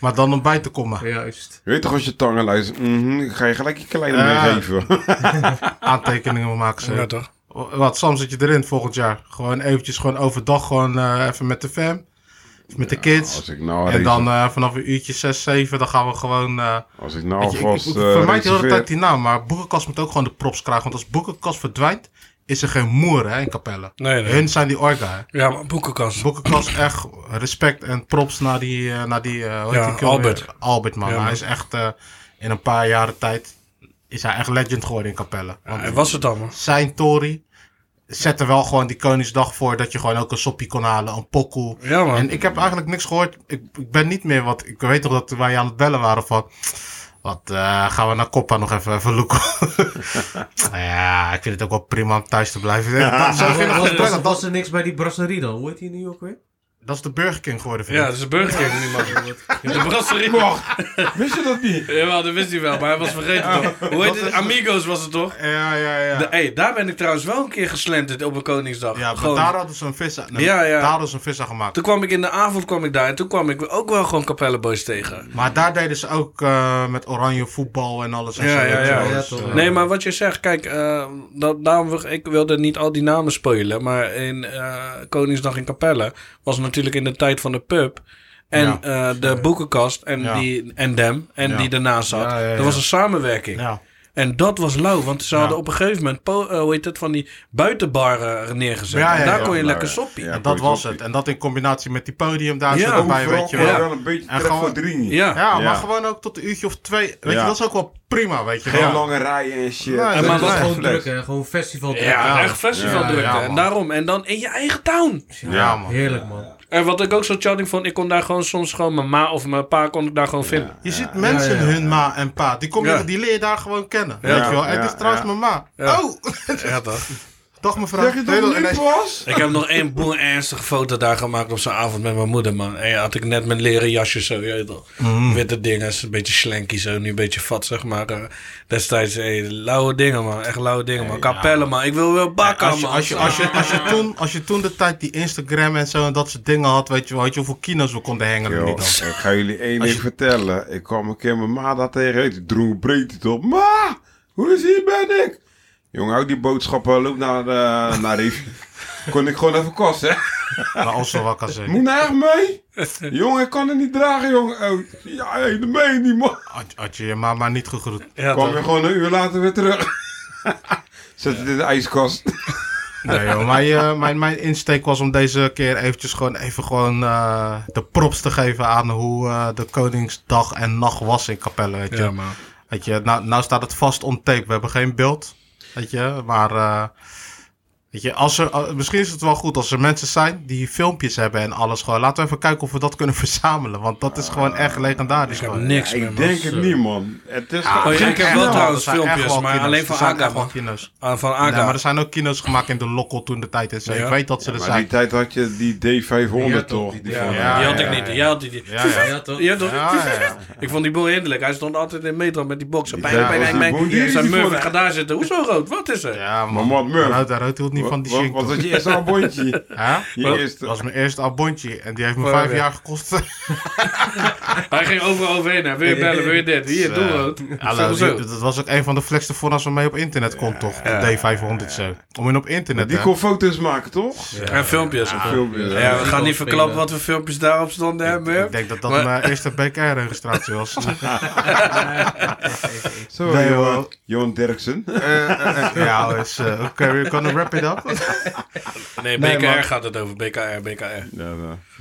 Maar dan om bij te komen,
Ja, juist.
Je weet toch als je tangen luistert, mhm, ga je gelijk je kleine
Ja.
meegeven. <laughs>
aantekeningen maken ze.
Ja toch?
Wat, Sam zit je erin volgend jaar? Gewoon eventjes, gewoon overdag, gewoon eh, even met de fam. Of met de kids.
Als ik nou
En
race-
dan eh, vanaf een uurtje 6, 7, dan gaan we gewoon. eh
als ik nou
weet je, ik-
alvast
ik
eh,
vermijd de hele
reserveer-
tijd die naam, maar Boekenkast moet ook gewoon de props krijgen. Want als Boekenkast verdwijnt, is er geen moer hè, in Capelle.
Nee, nee.
Hun zijn die orga. hè.
Ja, maar boekenkast.
Boekenkast, echt respect en props naar die. eh, naar die eh, hoe heet
Ja,
die kerel weer?
Albert.
Albert, man.
Ja, man.
Hij is echt eh, in een paar jaren tijd. Is hij echt legend geworden in Capelle. Want
En was het dan man?
zijn Tory zette wel gewoon die Koningsdag voor dat je gewoon ook een soppie kon halen, een pokoe.
Ja, man.
En ik heb eigenlijk niks gehoord. Ik, ik ben niet meer, want ik weet toch dat wij aan het bellen waren van. Wat eh, gaan we naar Coppa nog even, even loeken? <laughs> ja, ik vind het ook wel prima om thuis te blijven. Dat, zo ging het
Was,
gesprek.
was,
dat,
was er niks bij die brasserie dan? Hoe heet die nu ook weer?
dat is de Burger King geworden,
Ja,
vriend.
dat is een Burger King nu man. De brasserie
Wist je dat niet?
Jawel, dat wist hij wel, maar hij was vergeten toch? Hoe heet het? Amigos was het toch?
Ja, ja, ja. ja.
De- hey, daar ben ik trouwens wel een keer geslenterd op een Koningsdag.
ja, maar
Gewoon.
daar hadden ze een vis aan, nee,
Ja, ja.
Daar hadden ze een vis aan gemaakt.
Toen kwam ik in de avond kwam ik daar en toen kwam ik ook wel gewoon Capelleboys tegen.
Maar daar deden ze ook eh, met oranje voetbal en alles. en
Ja,
zo,
ja,
weet je
ja.
wel.
Ja,
Dus,
toch.
eh,
Nee, maar wat je zegt, kijk, eh, dat, daarom, wil- ik wilde niet al die namen spoilen. Maar in eh, Koningsdag in Capelle was natuurlijk in de tijd van de pub. En
Ja.
eh, de boekenkast en,
Ja.
die, en Dem en
Ja.
die ernaast zat.
Ja, ja, ja.
Dat was een samenwerking.
ja.
En dat was lauw, want ze hadden
Ja.
op een gegeven moment po- eh, hoe heet het, van die buitenbarren neergezet.
Ja, ja,
en daar
ja,
kon je
maar-
lekker soppie.
ja.
Ja,
En dat
Goeie
was
toppie.
het. En dat in combinatie met die podium daar
Ja,
zo
Ook
erbij,
vooral
weet je
gewoon
wel.
wel een beetje
En
trek
gewoon-
voor drie.
Ja, maar
Ja.
gewoon ook tot een uurtje of twee. Weet je,
Ja.
dat is ook wel prima, weet je
Geen
wel. Ja.
lange rijen en shit.
Nee,
Dat
maar
is
wat
Maar was
echt
gewoon
flex.
druk, hè? Gewoon festival druk.
ja, echt festivaldrukte.
Ja, ja,
en
man.
daarom. En dan in je eigen town.
Ja,
man.
Heerlijk, man.
En wat ik ook zo chilling vond, ik kon daar gewoon soms gewoon mijn ma of mijn pa kon ik daar gewoon vinden.
Je ziet mensen,
ja, ja.
hun ma en pa. Die, kom je,
Ja.
die leer je daar gewoon kennen.
Ja.
Weet je wel.
Ja,
het is
ja,
trouwens
ja.
mijn ma.
Ja.
Oh, <laughs>
Ja, toch?
dag mevrouw.
Zeg je
Heel-
dat het
ineens-
niet was?
Ik heb nog één boel ernstige foto daar gemaakt op zo'n avond met mijn moeder, man. En ja, had ik net mijn leren jasje zo, je weet toch.
Mm.
Witte dingen, een beetje slanky zo, nu een beetje vat, zeg maar. Eh, destijds, hey, lauwe dingen, man. Echt lauwe dingen, man. Kapellen, man. Ik wil wel bakken,
Als je,
man.
als, je, als, je, als, je toen, als je toen de tijd die Instagram en zo en dat soort dingen had, weet je wel, had je hoeveel kino's we konden hengelen.
Yo,
die
ik
dan.
ga jullie één ding vertellen. Ik kwam een keer mijn ma daar tegen. Ik droeg breed het op. Ma, hoe is hier ben ik? Jongen, hou die boodschappen. Loop naar, de naar Rief. Kon ik gewoon even kosten, hè?
Maar ons wel kan zeggen.
Moet naar mee? Jongen, ik kan het niet dragen, jongen. Oh, ja, hey, dat meen je niet, man.
Had, had je je mama niet gegroet.
Ja,
kwam
toch?
je gewoon een uur later weer terug. <laughs> Zet het in de ijskast.
Nee, joh, maar, eh, mijn, mijn insteek was om deze keer eventjes gewoon even gewoon, eh, de props te geven aan hoe eh, de Koningsdag en nacht was in Capelle. Weet je,
Ja, man.
weet je nou, nou staat het vast on tape. We hebben geen beeld. Weet je, maar eh, weet je, als er, eh, misschien is het wel goed als er mensen zijn die filmpjes hebben en alles. Gewoon, laten we even kijken of we dat kunnen <laughs> verzamelen. Want dat is gewoon echt legendarisch.
Ik heb
gewoon.
niks meer,
Ik
man.
denk het niet, man. Het is
Oh, ja,
geen
ik heb
kanaal.
wel
Ja, er
trouwens
zijn echt
filmpjes,
wel
maar
kino's.
alleen
Er
van
zijn echt
Aga,
wel
man.
kino's.
Ah, Van
Nee,
Aga.
maar er zijn ook kino's gemaakt in de lokkel toen de tijd is.
Ja.
Ik weet dat ze er
Maar
zijn.
die tijd had je die D500
Ja, toch,
toch?
die
Die
D500.
van-
Ja,
die had
ja,
ik
ja,
niet.
ja.
Die had die.
Ja, ja.
Ja, toch?
Ja, toch?
Ja, ja, ja.
Ik vond die boel hinderlijk. Hij stond altijd in de metro met die boxen.
Ja,
Pijn, pijn,
was
pijn,
die boel
pijn.
die
Ik zei,
jullie
Murph,
voor-
ik ga daar zitten. Hoezo rood? Wat is er?
Ja, man.
Maar wat, Murph?
Rood, rood hield niet van die
Wat
shit.
was dat je eerste
<laughs>
abondje? Je
Dat
eerste...
was mijn eerste abondje en die heeft me
Oh,
vijf
ja.
jaar <laughs> gekost.
Hij ging overal overheen. hè. Wil je bellen? Wil je dit? Hier, doe rood.
Hallo,
Zo, zo.
die- dat was ook een van de flexste voor als we mee op internet komt, toch? De D500 zo. Om in op internet,
Die
hè?
kon foto's maken, toch?
En filmpjes. Ja,
Filmpjes.
we gaan niet
spelen.
verklappen wat voor filmpjes daarop stonden, hè, Murph?
Ik denk dat dat
Maar-
mijn eerste BKR-registratie was.
Zo,
Nee,
Johan-
hoor.
Johan Derksen.
ja, dus, eh, oké, we kunnen wrap it up.
Nee,
Nee,
BKR
man.
gaat het over. BKR, BKR.
Ja, nou,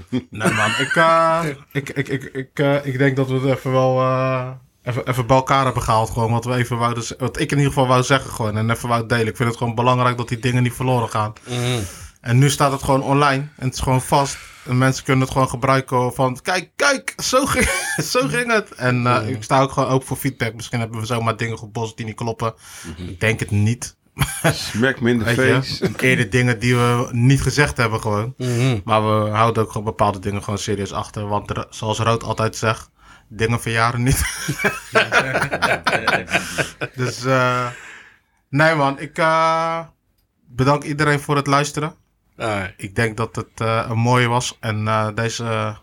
ja.
Nee, man. Ik, eh, ik, ik, ik, ik, eh, ik denk dat we het even wel... eh, Even, even bij elkaar hebben gehaald, gewoon wat we even wouden, z- wat ik in ieder geval wou zeggen, gewoon en even wou delen. Ik vind het gewoon belangrijk dat die dingen niet verloren gaan. En nu staat het gewoon online. En het is gewoon vast. En mensen kunnen het gewoon gebruiken van... Kijk, kijk, zo ging, <laughs> zo ging het. En eh, ik sta ook gewoon open voor feedback. Misschien hebben we zomaar dingen gebost die niet kloppen. Ik denk het niet.
Smack me in the
Weet
face.
je? Eerder dingen die we niet gezegd hebben gewoon. Maar we houden ook gewoon bepaalde dingen gewoon serieus achter. Want er- zoals Rood altijd zegt... Dingen verjaren niet. <laughs> Dus eh, nee man, ik eh, bedank iedereen voor het luisteren.
Alright.
Ik denk dat het eh, een mooie was. En eh, deze. eh,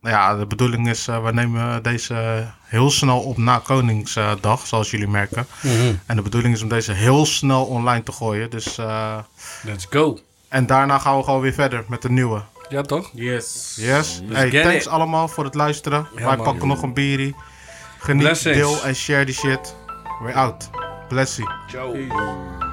nou ja, de bedoeling is, eh, we nemen deze heel snel op na Koningsdag, zoals jullie merken. En de bedoeling is om deze heel snel online te gooien. Dus, eh,
Let's go.
en daarna gaan we gewoon weer verder met de nieuwe.
Ja, toch?
Yes.
Yes. Hey,
Dus get
thanks
it.
allemaal voor het luisteren. Wij
man.
pakken nog een bierie. Geniet,
Blessings.
deel en share die shit. We're out. Blessie.
Ciao.
Peace.